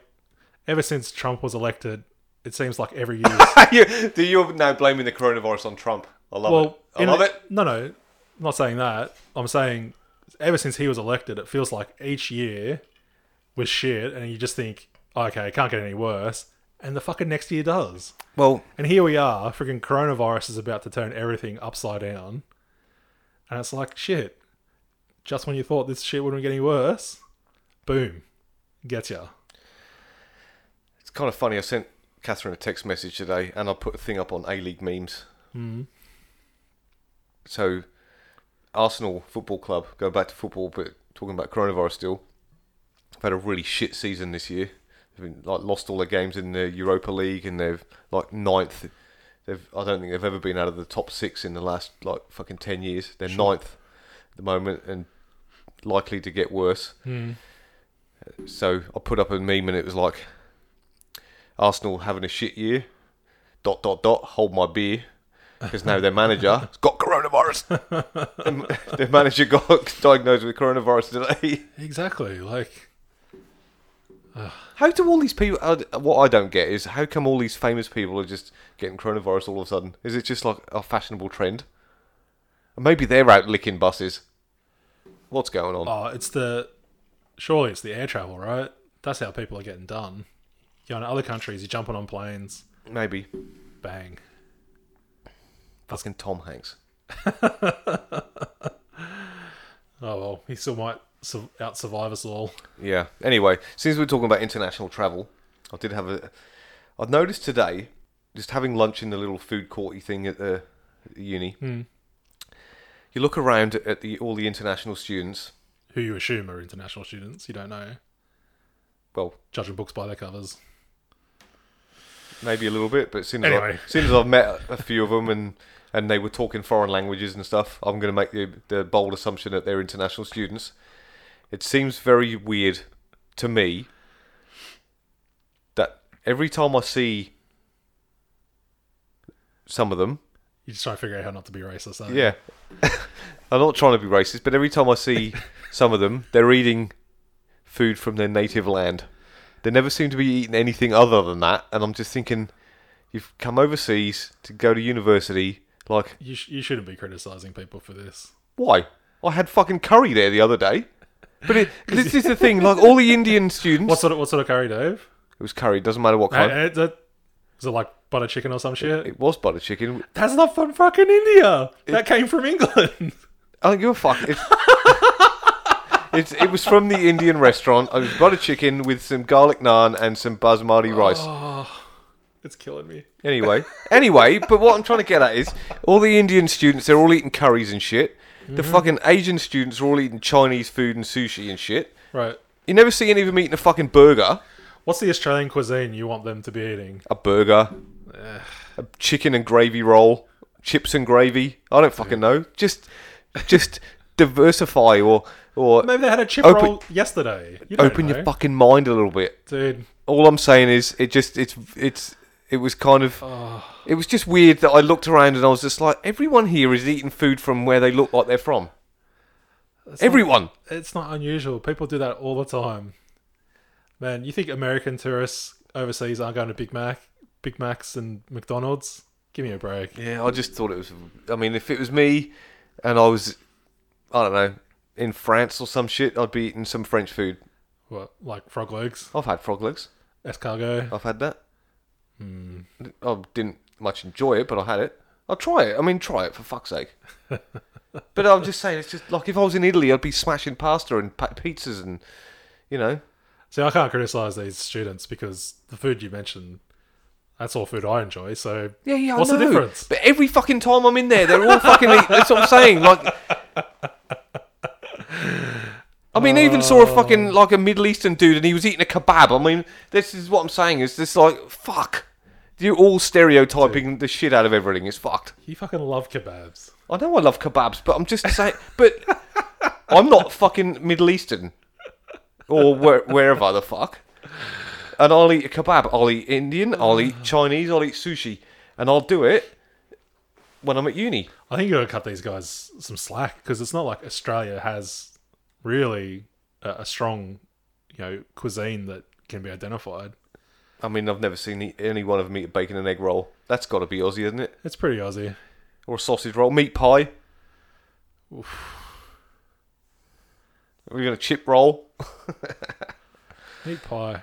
ever since Trump was elected, it seems like every [COUGHS] year. you, do [LAUGHS] you're now blaming the coronavirus on Trump. I love well, it. I in love a- it. No, no, I'm not saying that. I'm saying ever since he was elected, it feels like each year was shit, and you just think "Oh, okay, it can't get any worse. And the fucking next year does. Well, And here we are, freaking coronavirus is about to turn everything upside down. And it's like, shit, just when you thought this shit wouldn't get any worse, boom, gets ya. it's kind of funny. I sent Catherine a text message today, and I put a thing up on A League memes. So, Arsenal Football Club, go back to football, but talking about coronavirus still. They've had a really shit season this year. They've been, like lost all their games in the Europa League, and they've like ninth. They've I don't think they've ever been out of the top six in the last like fucking ten years. They're ninth at the moment, and likely to get worse. So I put up a meme, and it was like Arsenal having a shit year. Dot dot dot. Hold my beer, because now their manager has got coronavirus. Their- their manager got [LAUGHS] diagnosed with coronavirus today. Exactly. Like, How do all these people? I- What I don't get is how come all these famous people are just getting coronavirus all of a sudden? Is it just like a fashionable trend? Maybe they're out licking buses. What's going on? oh, it's the. Surely it's the air travel, right? That's how people are getting done. You're in other countries, you're jumping on planes, Maybe bang. fucking Tom Hanks. Oh, well, he still might su- out survive us all. Yeah. Anyway, since we're talking about international travel, I did have a. I noticed today, just having lunch in the little food courty thing at the, at the uni. You look around at the all the international students. Who you assume are international students, you don't know. Well, Judging books by their covers. maybe a little bit, but since Anyway. I, since I've met a few of them and and they were talking foreign languages and stuff, I'm going to make the the bold assumption that they're international students. It seems very weird to me that every time I see some of them, You're just trying to figure out how not to be racist, eh? aren't you? yeah, I'm not trying to be racist, but every time [LAUGHS] I see some of them, they're eating food from their native land. They never seem to be eating anything other than that, and I'm just thinking, you've come overseas to go to university. Like, You, sh- you shouldn't be criticizing people for this. why? I had fucking curry there the other day. But it, this is the thing, like all the [LAUGHS] Indian students. What sort of what sort of curry, Dave? it was curry, doesn't matter what kind. Uh, is, it, is it like butter chicken or some shit? It was butter chicken. That's not from fucking India. that came from England. [LAUGHS] I don't give a fuck. It's, [LAUGHS] it's, it was from the Indian restaurant. It was butter chicken with some garlic naan and some basmati rice. it's killing me. Anyway, anyway, but what I'm trying to get at is all the Indian students, they're all eating curries and shit. The fucking Asian students are all eating Chinese food and sushi and shit. Right. You never see any of them eating a fucking burger. What's the Australian cuisine you want them to be eating? A burger, a chicken and gravy roll, chips and gravy. I don't fucking know. Just, just diversify or or Maybe they had a chip Open- roll yesterday. You don't open your know. fucking mind a little bit. dude. all I'm saying is it just it's it's it was kind of it was just weird that I looked around and I was just like everyone here is eating food from where they look like they're from. Everyone. It's not unusual. People do that all the time. Man, you think American tourists overseas aren't going to Big Mac, Big Macs, and McDonald's? Give me a break. Yeah, I just thought it was. I mean, if it was me and I was, I don't know, in France or some shit, I'd be eating some French food. What like frog legs, I've had frog legs. escargot? I've had that. Hmm. I didn't much enjoy it, but I had it. I'll try it. I mean, try it for fuck's [LAUGHS] sake. but I'm just saying, it's just like if I was in Italy, I'd be smashing pasta and pa- pizzas and, you know, See, I can't criticize these students because the food you mentioned, that's all food I enjoy. So Yeah, yeah, what's I know. the difference? But every fucking time I'm in there, they're all fucking. eat- That's what I'm saying. Like, I mean, I even saw a fucking like a Middle Eastern dude, and he was eating a kebab. I mean, this is what I'm saying. Is this like fuck? You're all stereotyping the shit out of everything. It's fucked. You fucking love kebabs. I know I love kebabs, but I'm just saying. But I'm not fucking Middle Eastern or where, wherever the fuck. And I'll eat a kebab. I'll eat Indian. I'll eat Chinese. I'll eat sushi, and I'll do it when I'm at uni. I think you got to cut these guys some slack because it's not like Australia has really a, a strong, you know, cuisine that can be identified. I mean, I've never seen e- any one of them eat a bacon and egg roll. That's got to be Aussie, isn't it? It's pretty Aussie. Or a sausage roll, meat pie. We're gonna chip roll. Meat pie.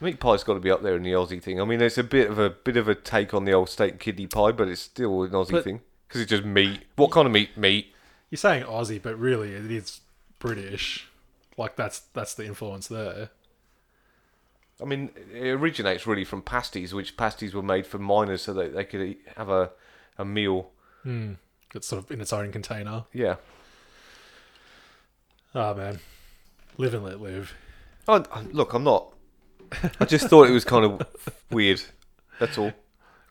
Meat pie's got to be up there in the Aussie thing. I mean, it's a bit of a bit of a take on the old steak and kidney pie, but it's still an Aussie But- thing because it's just meat. What kind of meat? Meat. You're saying Aussie, but really it is British. Like that's that's the influence there. I mean, it originates really from pasties, which pasties were made for miners so that they could eat, have a a meal. It's sort of in its own container. Yeah. Oh man, live and let live. Oh, look, I'm not. I just thought it was kind of weird. That's all.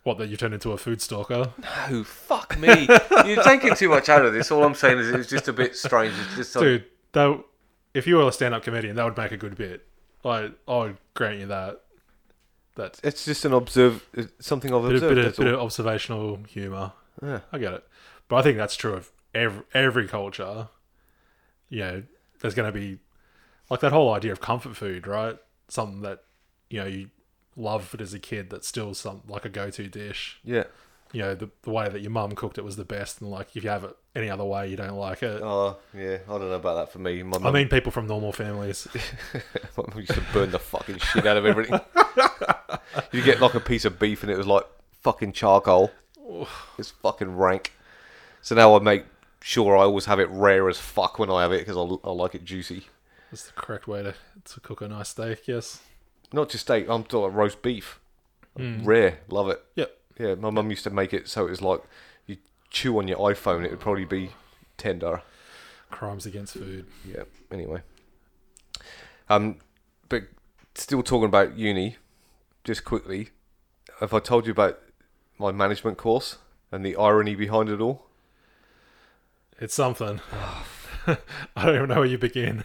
What that you turned into a food stalker? Oh, fuck me. You're taking too much out of this. All I'm saying is it was just a bit strange. It's just like, Dude, that if you were a stand-up comedian, that would make a good bit. I I would grant you that. That It's just an observe, something I've bit of, observed. bit, of, that's bit all. of observational humor. Yeah. I get it, but I think that's true of every every culture. You know, there's going to be like that whole idea of comfort food, right? Something that you know you loved as a kid that's still some like a go-to dish. yeah. You know, the, the way that your mum cooked it was the best, and like if you have it any other way, you don't like it. Oh, yeah. I don't know about that for me. My I mum mean, people from normal families. my mum [LAUGHS] used to burn the fucking shit out [LAUGHS] of everything. you get like a piece of beef and it was like fucking charcoal. It's fucking rank. So now I make sure I always have it rare as fuck when I have it because I, I like it juicy. That's the correct way to, to cook a nice steak, yes. Not just steak, I'm talking roast beef. Rare. Love it. Mm. Yep. Yeah, my mum used to make it so it was like you chew on your iPhone, it would probably be tender. Crimes against food. Yeah. Anyway. Um, but still talking about uni, just quickly. Have I told you about my management course and the irony behind it all? It's something. Oh. [LAUGHS] I don't even know where you begin.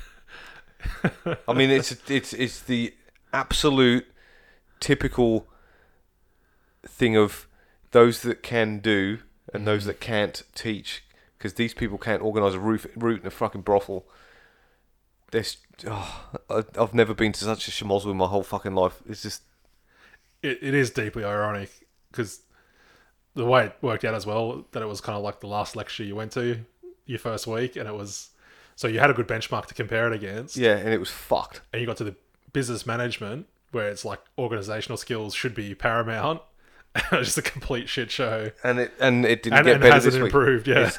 I mean, it's it's it's the absolute typical thing of those that can do and those that can't teach because these people can't organize a roof route in a fucking brothel. This oh, I- I've never been to such a schmozzle in my whole fucking life. It's just It, it is deeply ironic because the way it worked out as well, that it was kind of like the last lecture you went to your first week, and it was so you had a good benchmark to compare it against, yeah, and it was fucked. and you got to the business management where it's like organizational skills should be paramount. [LAUGHS] It was just a complete shit show, and it and it didn't and, get and better hasn't this week. improved. Yeah,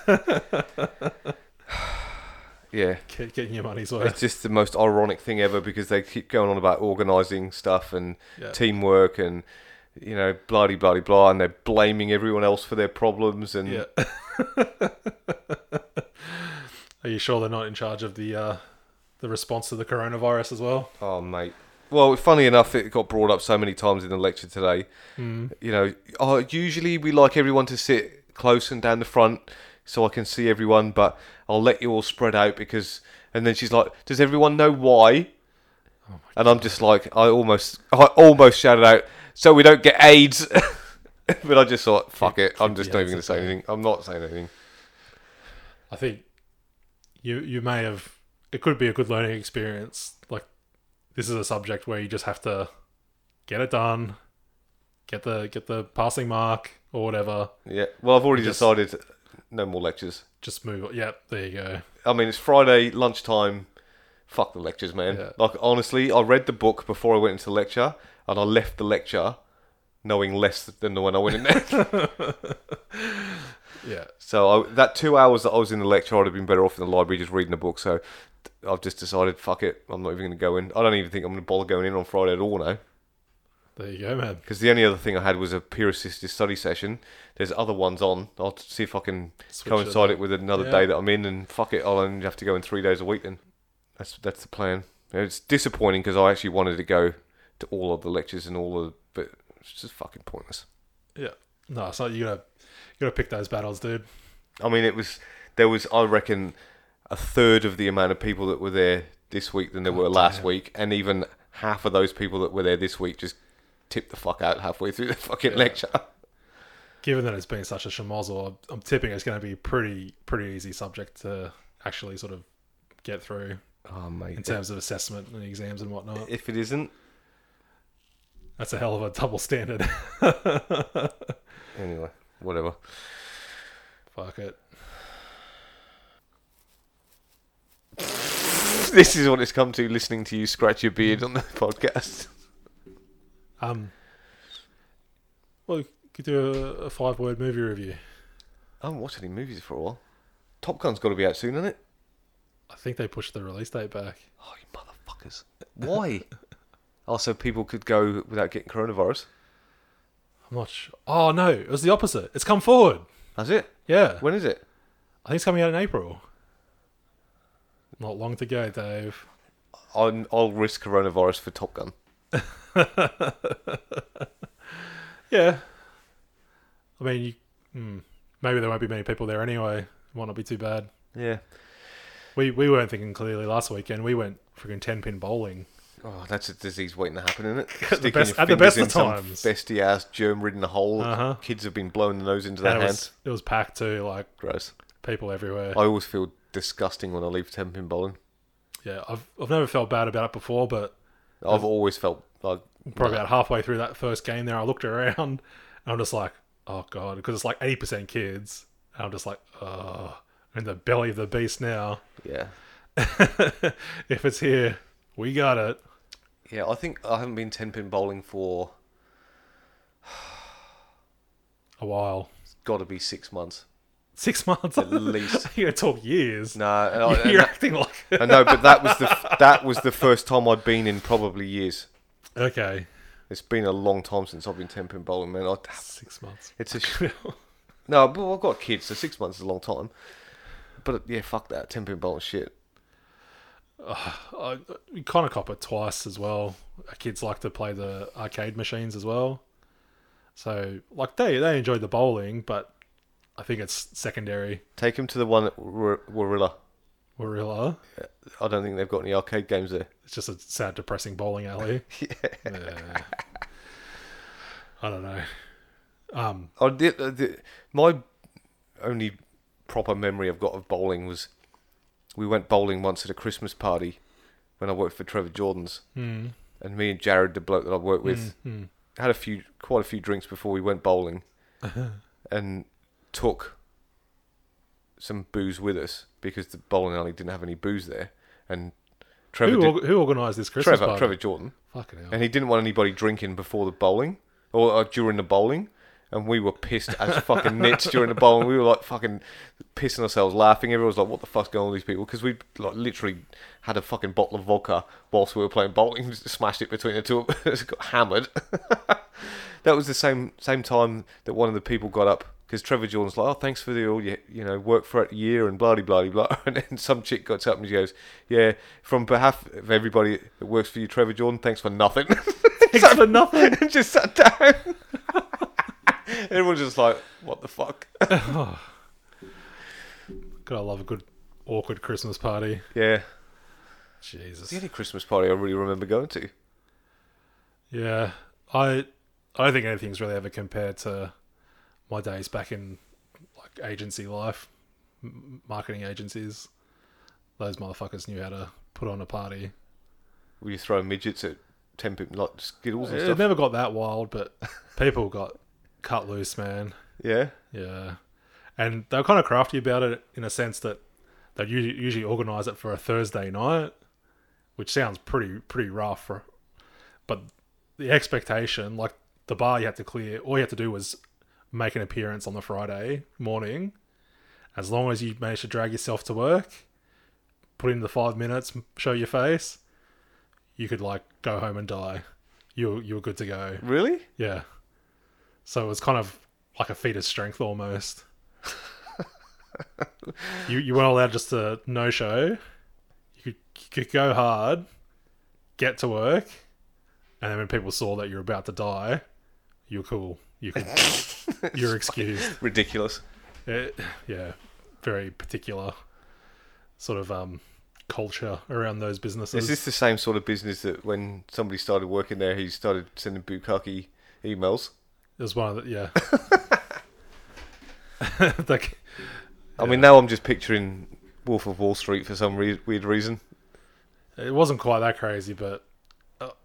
Yeah, [LAUGHS] Get- getting your money's worth. it's just the most ironic thing ever because they keep going on about organising stuff and Yeah. teamwork and you know bloody bloody blah, and they're blaming everyone else for their problems and Yeah. [LAUGHS] Are you sure they're not in charge of the uh, the response to the coronavirus as well? oh mate. Well, funny enough, it got brought up so many times in the lecture today. Mm. You know, oh, usually we like everyone to sit close and down the front so I can see everyone, but I'll let you all spread out because. And then she's like, "Does everyone know why?" Oh, and I'm just like, I almost, I almost shouted out, so we don't get AIDS. [LAUGHS] but I just thought, fuck it, I'm just the not even going to AIDS say anything. I'm not saying anything. I think you you may have it could be a good learning experience. Like this is a subject where you just have to get it done, get the get the passing mark or whatever. Yeah. Well, I've already Just- decided, no more lectures. Just move. on. Yep, there you go. I mean, it's Friday lunchtime. Fuck the lectures, man. Yeah. Like honestly, I read the book before I went into lecture, and I left the lecture knowing less than the one I went in there. Yeah, so I, that two hours that I was in the lecture, I'd have been better off in the library just reading a book. So I've just decided, fuck it, I'm not even going to go in. I don't even think I'm going to bother going in on Friday at all now. there you go, man. Because the only other thing I had was a peer assisted study session. There's other ones on. I'll t- see if I can Switch it coincide it with another Yeah. day that I'm in, and fuck it, I'll only have to go in three days a week then. That's that's the plan. It's disappointing because I actually wanted to go to all of the lectures and all of, but it's just fucking pointless. Yeah, no, it's not. You gotta you gotta pick those battles, dude. I mean, it was there was I reckon a third of the amount of people that were there this week than there Oh, were last week, and even half of those people that were there this week just tipped the fuck out halfway through the fucking lecture. given that it's been such a schmozzle, I'm- I'm tipping it's going to be pretty pretty easy subject to actually sort of get through Oh in mate, terms of assessment and exams and whatnot. if it isn't. That's a hell of a double standard. [LAUGHS] Anyway, [LAUGHS] whatever. Fuck it. This is what it's come to listening to you scratch your beard on the [LAUGHS] podcast. Um, well, you could do a, a five word movie review. I haven't watched any movies for a while. Top Gun's got to be out soon, isn't it? I think they pushed the release date back. Oh, you motherfuckers. Why? [LAUGHS] oh, so people could go without getting coronavirus. I'm not sure. Oh, no. It was the opposite. It's come forward. That's it. Yeah. When is it? I think it's coming out in April. Not long to go, Dave. I'll, I'll risk coronavirus for Top Gun. Yeah. I mean, you, hmm, maybe there won't be many people there anyway. It might not be too bad. Yeah. We we weren't thinking clearly last weekend. We went freaking ten pin bowling. Oh, that's a disease waiting to happen, isn't it? [LAUGHS] the Sticking best- your at the fingers best of in some times. Bestie ass germ ridden hole. Uh-huh. Kids have been blowing the nose into And their it hands. was it was packed too, like Gross. people everywhere. I always feel disgusting when I leave ten pin bowling. yeah, I've I've never felt bad about it before, but I've always felt like probably about halfway through that first game there, I looked around [LAUGHS] and I'm just like, oh god, because it's like eighty percent kids. And I'm just like, oh, I'm in the belly of the beast now. yeah, if it's here, we got it. yeah. I think I haven't been ten pin bowling for A while, got to be six months. six [LAUGHS] months At least. [LAUGHS] You're gonna talk years. Oh, No, and I, [LAUGHS] You're and acting like I know, but that was the that was the first time I'd been in probably years. okay, It's been a long time since I've been ten pin bowling, man. I, six months. it's a sh- no, but I've got kids, so six months is a long time. But yeah, fuck that ten pin bowling shit. I, we Oh, kind of cop it twice as well. Our kids like to play the arcade machines as well, so like they they enjoy the bowling, but I think it's secondary. Take them to the one at War- Warilla. Warilla, I don't think they've got any arcade games there. it's just a sad, depressing bowling [LAUGHS] alley. Yeah. I don't know. Um, I did, uh, the, my only proper memory I've got of bowling was we went bowling once at a Christmas party when I worked for Trevor Jordan's, hmm, and me and Jared, the bloke that I worked with, hmm. had a few, quite a few drinks before we [LAUGHS] went bowling, and took some booze with us because the bowling alley didn't have any booze there, and Trevor, who did- org- who organised this Christmas Trevor, party? Trevor Jordan, Fucking hell. and he didn't want anybody drinking before the bowling or uh, during the bowling. And we were pissed as fucking nits during the bowling. We were like fucking pissing ourselves, laughing. Everyone was like, "What the fuck's going on with these people?" Because we like literally had a fucking bottle of vodka whilst we were playing bowling, [LAUGHS] just smashed it between the two of us, [LAUGHS] got hammered. that was the same same time that one of the people got up because Trevor Jordan's like, "Oh, thanks for the all you you know work for it a year and blah de blah de blah," [LAUGHS] and then some chick gets up and she goes, "Yeah, from behalf of everybody that works for you, Trevor Jordan, thanks for nothing." [LAUGHS] Thanks for nothing. and [LAUGHS] just sat down. [LAUGHS] Everyone's just like, "What the fuck?" [LAUGHS] God, I love a good awkward Christmas party. yeah, Jesus. the only Christmas party I really remember going to. Yeah, I I don't think anything's really ever compared to my days back in like agency life, m- marketing agencies. Those motherfuckers knew how to put on a party. Were you throwing midgets at ten people, like skittles and It stuff? never got that wild, but [LAUGHS] people got cut loose, man. Yeah, Yeah, and they were kind of crafty about it in a sense that they'd usually, usually organise it for a Thursday night, which sounds pretty pretty rough. For, but the expectation, like the bar you had to clear, all you had to do was make an appearance on the Friday morning. As long as you managed to drag yourself to work, put in the five minutes, m- show your face, you could like go home and die. You you were good to go. really? Yeah. So it was kind of like a feat of strength almost. [LAUGHS] you you weren't allowed just to no show. You could, you could go hard, get to work, and then when people saw that you're about to die, you're cool. You [LAUGHS] could, you're excused. Ridiculous. It, yeah, very particular sort of um culture around those businesses. Is this the same sort of business that when somebody started working there, he started sending bukkake emails? it was one of the yeah. [LAUGHS] [LAUGHS] like I mean, now I'm just picturing Wolf of Wall Street for some re- weird reason. it wasn't quite that crazy, but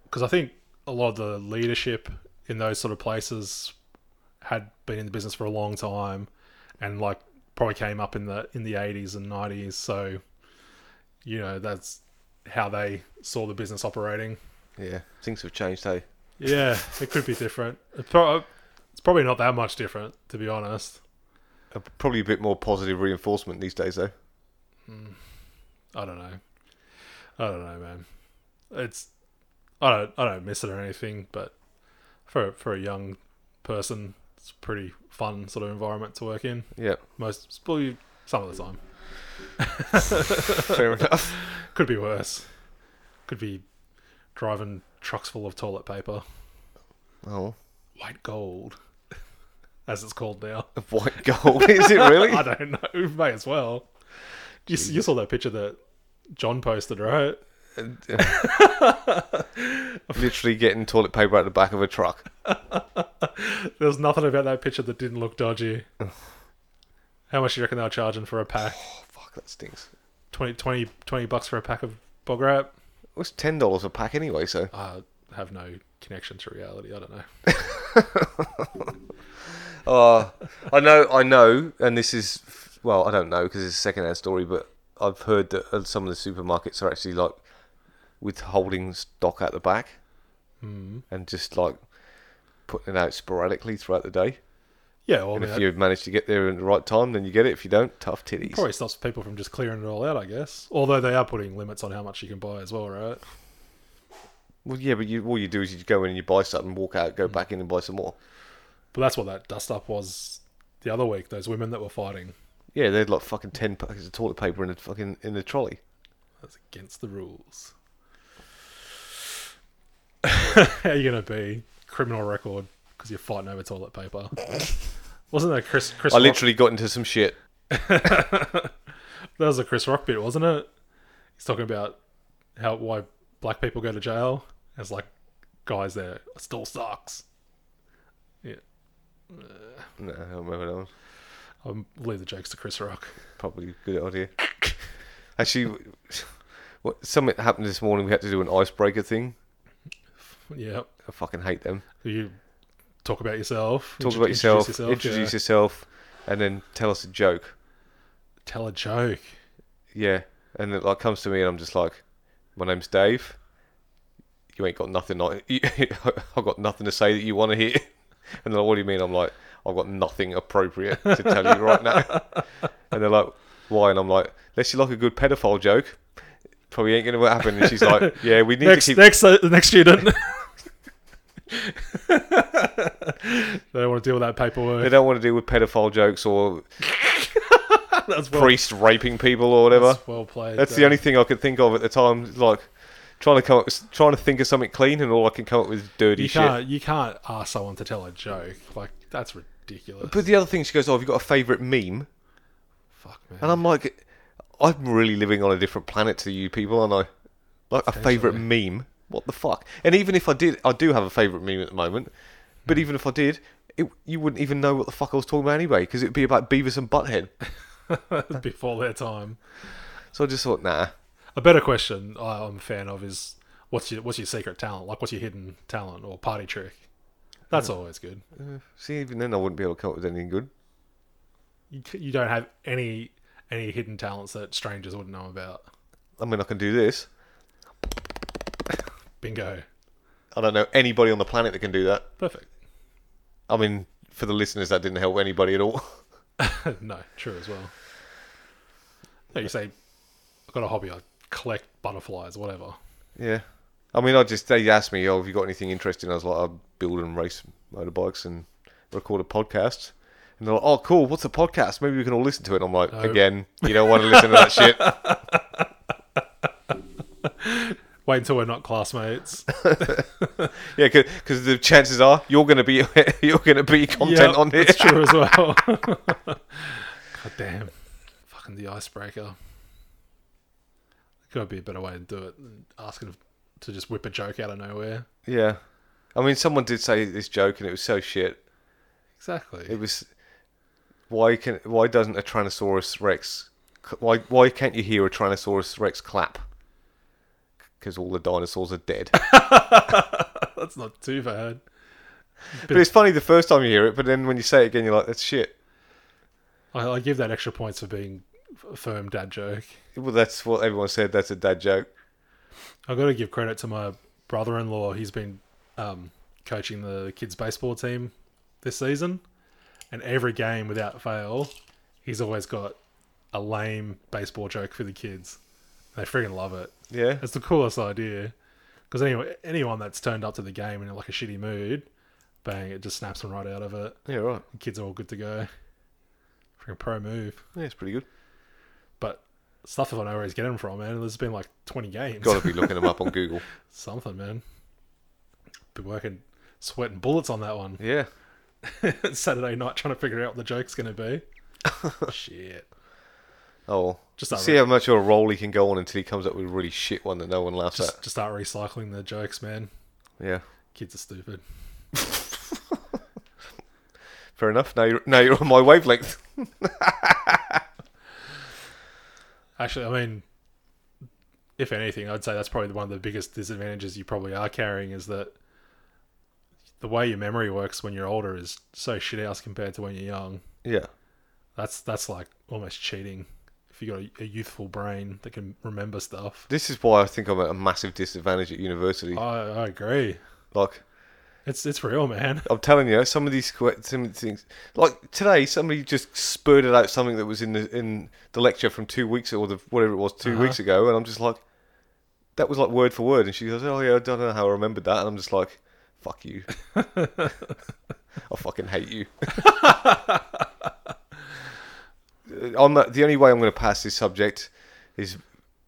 because I think a lot of the leadership in those sort of places had been in the business for a long time, and like probably came up in the in the eighties and nineties. So, you know, that's how they saw the business operating. Yeah, things have changed, hey. Yeah, it could be different. It's, pro- it's probably not that much different, to be honest. Uh, Probably a bit more positive reinforcement these days, though. I don't know. I don't know, man. It's I don't I don't miss it or anything, but for for a young person, it's a pretty fun sort of environment to work in. [LAUGHS] Yeah, Most it's probably some of the time. fair enough. Could be worse. Could be driving trucks full of toilet paper, [LAUGHS] Oh, white gold, [LAUGHS] as it's called now. white gold [LAUGHS] is it really? I don't know. May as well. You, s- you saw that picture that John posted, right? Literally getting toilet paper out the back of a truck. There was nothing about that picture that didn't look dodgy. How much do you reckon they were charging for a pack? Oh, fuck, that stinks. 20, 20, 20 bucks for a pack of bog wrap? It was ten dollars a pack anyway, so I have no connection to reality. I don't know. Uh, I know, I know, and this is well, I don't know because it's a second-hand story, but I've heard that uh, some of the supermarkets are actually like withholding stock at the back Hmm. and just like putting it out sporadically throughout the day. Yeah, well, I And mean, if that you manage to get there at the right time, then you get it. If you don't, tough titties. probably stops people from just clearing it all out, I guess. Although they are putting limits on how much you can buy as well, right? Well, yeah, but you, all you do is you go in and you buy something, walk out, Hmm. go back in and buy some more. But that's what that dust up was the other week. Those women that were fighting. Yeah, they had like fucking ten packets of toilet paper in a fucking in a trolley. That's against the rules. [LAUGHS] How you gonna be criminal record because you're fighting over toilet [LAUGHS] paper? wasn't that Chris? Chris I Rock- literally got into some shit. that was a Chris Rock bit, wasn't it? He's talking about how why black people go to jail. It's like guys there it still sucks. Yeah, No, I don't remember that one. I'll leave the jokes to Chris Rock. [LAUGHS] probably a good idea. Actually, [LAUGHS] what something happened this morning. We had to do an icebreaker thing. Yeah, I fucking hate them. you talk about yourself. Talk intro- about yourself, Introduce introduce yeah. yourself, and then tell us a joke. Tell a joke. Yeah, and it like comes to me, and I'm just like, "My name's Dave. You ain't got nothing. Like, [LAUGHS] I've got nothing to say that you want to hear." And they're like, "What do you mean?" I'm like, "I've got nothing appropriate to tell you right now." And they're like, "Why?" And I'm like, "Unless you like a good pedophile joke." Probably ain't gonna happen. And she's like, "Yeah, we need next, to keep next, uh, next student. [LAUGHS] they don't want to deal with that They paperwork. don't want to deal with pedophile jokes or [LAUGHS] That's well, priest raping people or whatever. that's well played. That's the though. only thing I could think of at the time. Like trying to come up, with- trying to think of something clean, and all I can come up with is dirty you shit. can't. You can't ask someone to tell a joke. Like that's ridiculous. But the other thing, she goes, "Oh, have you got a favourite meme?" Fuck And man. I'm like, "I'm really living on a different planet to you people, aren't I?" Like a favourite meme. What the fuck? And even if I did, I do have a favourite meme at the moment. But even if I did, it, you wouldn't even know what the fuck I was talking about anyway, because it'd be about Beavis and Butthead. Before their time. So I just thought, nah. A better question I- I'm a fan of is what's your what's your secret talent? Like what's your hidden talent or party trick? That's always good. See, even then, I wouldn't be able to come up with anything good. You, c- you don't have any any hidden talents that strangers wouldn't know about. I mean, I can do this. Bingo. I don't know anybody on the planet that can do that. Perfect. I mean, for the listeners, that didn't help anybody at all. [LAUGHS] [LAUGHS] no, true as well. No, you say, I've got a hobby, I collect butterflies, whatever. yeah. I mean, I just, they asked me, oh, have you got anything interesting? I was like, I build and race motorbikes and record a podcast. And they're like, oh, cool. What's a podcast? Maybe we can all listen to it. And I'm like, again, you don't want to listen to that [LAUGHS] shit. Wait until we're not classmates. Yeah, because the chances are you're going to be [LAUGHS] you're going to be [LAUGHS] content Yep, on this. That's true as well. God damn. Fucking the icebreaker. There gotta be a better way to do it than asking to just whip a joke out of nowhere. [LAUGHS] Yeah. I mean, someone did say this joke, and it was so shit. Exactly. It was why can why doesn't a Tyrannosaurus Rex cl- why why can't you hear a Tyrannosaurus Rex clap? Because all the dinosaurs are dead. That's not too bad. but it's funny the first time you hear it, but then when you say it again, you're like, that's shit. I, I give that extra points for being a firm dad joke. Well, that's what everyone said. That's a dad joke. I got to give credit to my brother-in-law. He's been um, coaching the kids' baseball team this season, and every game without fail, he's always got a lame baseball joke for the kids. They freaking love it. Yeah. It's the coolest idea. Because anyway, anyone that's turned up to the game in like a shitty mood, bang, it just snaps them right out of it. Yeah, right. The kids are all good to go. Freaking pro move. Yeah, it's pretty good. But stuff if I know where he's getting 'em from, man. There's been like 20 games. Got to be looking them up on Google. Something, man. Been working, sweating bullets on that one. [LAUGHS] [LAUGHS] Yeah. Saturday night trying to figure out what the joke's going [LAUGHS] to be. Shit. Oh, well. Just Just that see re- how much of a roll he can go on until he comes up with a really shit one that no one laughs Just, just start recycling the jokes, man. at. Yeah. Kids are stupid. Fair enough. Now you're, now you're on my wavelength. [LAUGHS] Actually, I mean, if anything, I'd say that's probably one of the biggest disadvantages you probably are carrying is that the way your memory works when you're older is so shit house compared to when you're young. Yeah. That's that's like almost cheating if you got a, a youthful brain that can remember stuff. This is why I think I'm at a massive disadvantage at university. I, I agree. Like, It's it's real, man. [LAUGHS] I'm telling you, some of these que- some of these things, like today, somebody just spurted out something that was in the in the lecture from two weeks or the whatever it was 2 Uh-huh. weeks ago, and I'm just like, that was like word for word, and she goes, oh yeah, I don't know how I remembered that, and I'm just like, [LAUGHS] fuck you, I fucking hate you. [LAUGHS] I'm not- the only way I'm going to pass this subject is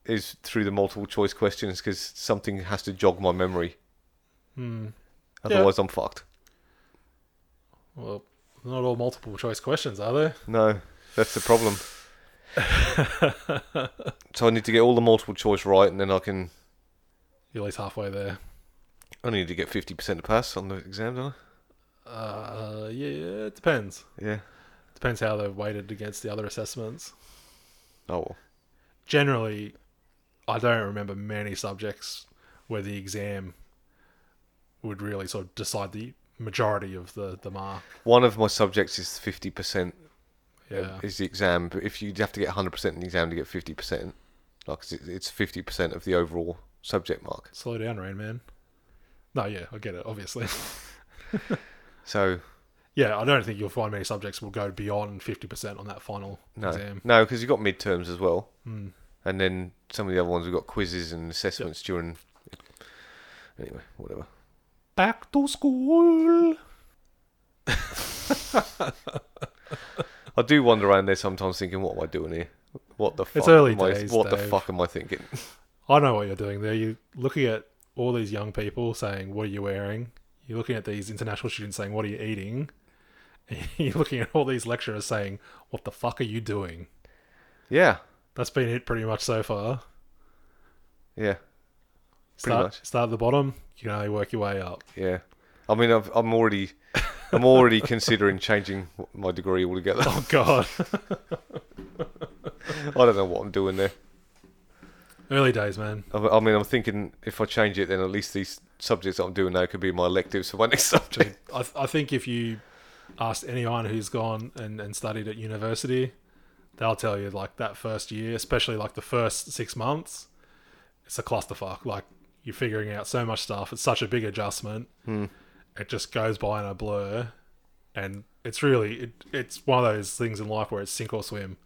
is through the multiple choice questions because something has to jog my memory, Hmm. Yeah. otherwise I'm fucked. Well, not all multiple choice questions, are there? No, that's the problem. so I need to get all the multiple choice right, and then I can. You're at least halfway there. I need to get fifty percent to pass on the exam, don't Uh, yeah, it depends. I? Yeah. Depends how they're weighted against the other assessments. Oh well. generally, I don't remember many subjects where the exam would really sort of decide the majority of the, the mark. One of my subjects is fifty percent Yeah. is the exam, but if you have to get hundred percent in the exam to get fifty percent, like 'cause it- it's fifty percent of the overall subject mark. Slow down, Rain Man. No, yeah, I get it, obviously. [LAUGHS] So yeah, I don't think you'll find many subjects will go beyond 50% on that final no, exam. no, because you've got midterms as well, Hmm. and then some of the other ones we've got quizzes and assessments during. Anyway, whatever. Back to school. I do wander around there sometimes thinking, what am I doing here? What the fuck? early am I, days, What the Dave. fuck am I thinking? I know what you're doing there. You're looking at all these young people saying, What are you wearing? You're looking at these international students saying, What are you eating? [LAUGHS] And you're looking at all these lecturers saying, What the fuck are you doing? Yeah, That's been it pretty much so far. yeah, Pretty Start, much. start at the bottom, you can only work your way up. [LAUGHS] yeah. I mean, I've, I'm already, I'm already considering changing my degree altogether. Oh, God. [LAUGHS] I don't know what I'm doing there. Early days, man. I, I mean, I'm thinking if I change it, then at least these subjects that I'm doing now could be my electives for my [LAUGHS] next subject. I, I think if you asked anyone who's gone and, and studied at university, they'll tell you like that first year, especially like the first six months, it's a clusterfuck. Like you're figuring out so much stuff. It's such a big adjustment. It just goes by in a blur, and it's really it, it's one of those things in life where it's sink or swim.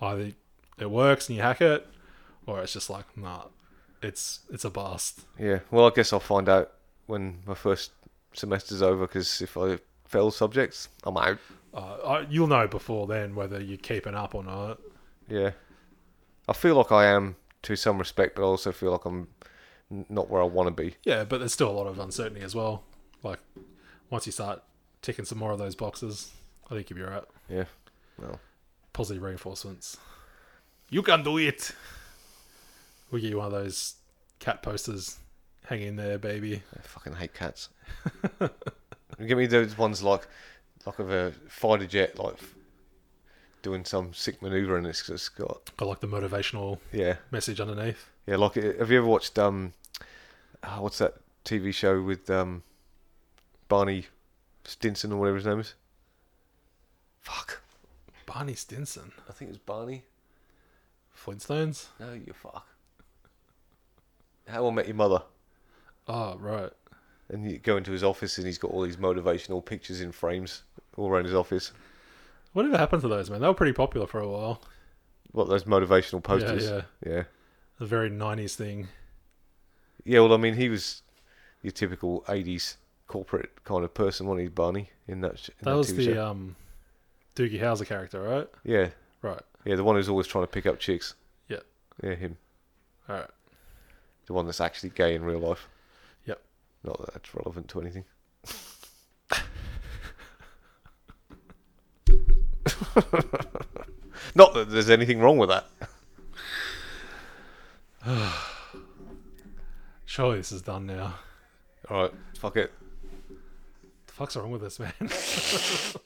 Either it works and you hack it, or it's just like nah, it's it's a bust. Yeah. Well, I guess I'll find out when my first semester's over. Because if I fail subjects, I'm out. Uh, I, you'll know before then whether you're keeping up or not. Yeah. I feel like I am to some respect, but I also feel like I'm n- not where I want to be. Yeah, but there's still a lot of uncertainty as well. Like, once you start ticking some more of those boxes, I think you'll be right. Yeah. Well, Positive reinforcements. You can do it. We'll get you one of those cat posters. Hang in there, baby. I fucking hate [LAUGHS] cats. Give me those ones like like of a fighter jet, like f- doing some sick maneuver, and it's just got I like the motivational yeah, message underneath. yeah. Like, it- have you ever watched um, ah, what's that TV show with um, Barney Stinson or whatever his name is? Fuck, Barney Stinson. I think it's Barney. Flintstones? No, you fuck. How I Met Your Mother. Oh, right. And you go into his office and he's got all these motivational pictures in frames all around his office. Whatever happened to those, man? They were pretty popular for a while. What, those motivational posters? Yeah, yeah. yeah. A very 90s thing. Yeah, well, I mean, he was your typical '80s corporate kind of person, wasn't he, Barney? In that, sh- in That was TV show? the um, Doogie Howser character, right? yeah, Right. yeah, the one who's always trying to pick up chicks. Yeah. yeah, him, All right. the one that's actually gay in real life. Yep. Not that that's relevant to anything. Not that there's anything wrong with that. Surely this is done now. All right, fuck it. The fuck's wrong with this, man?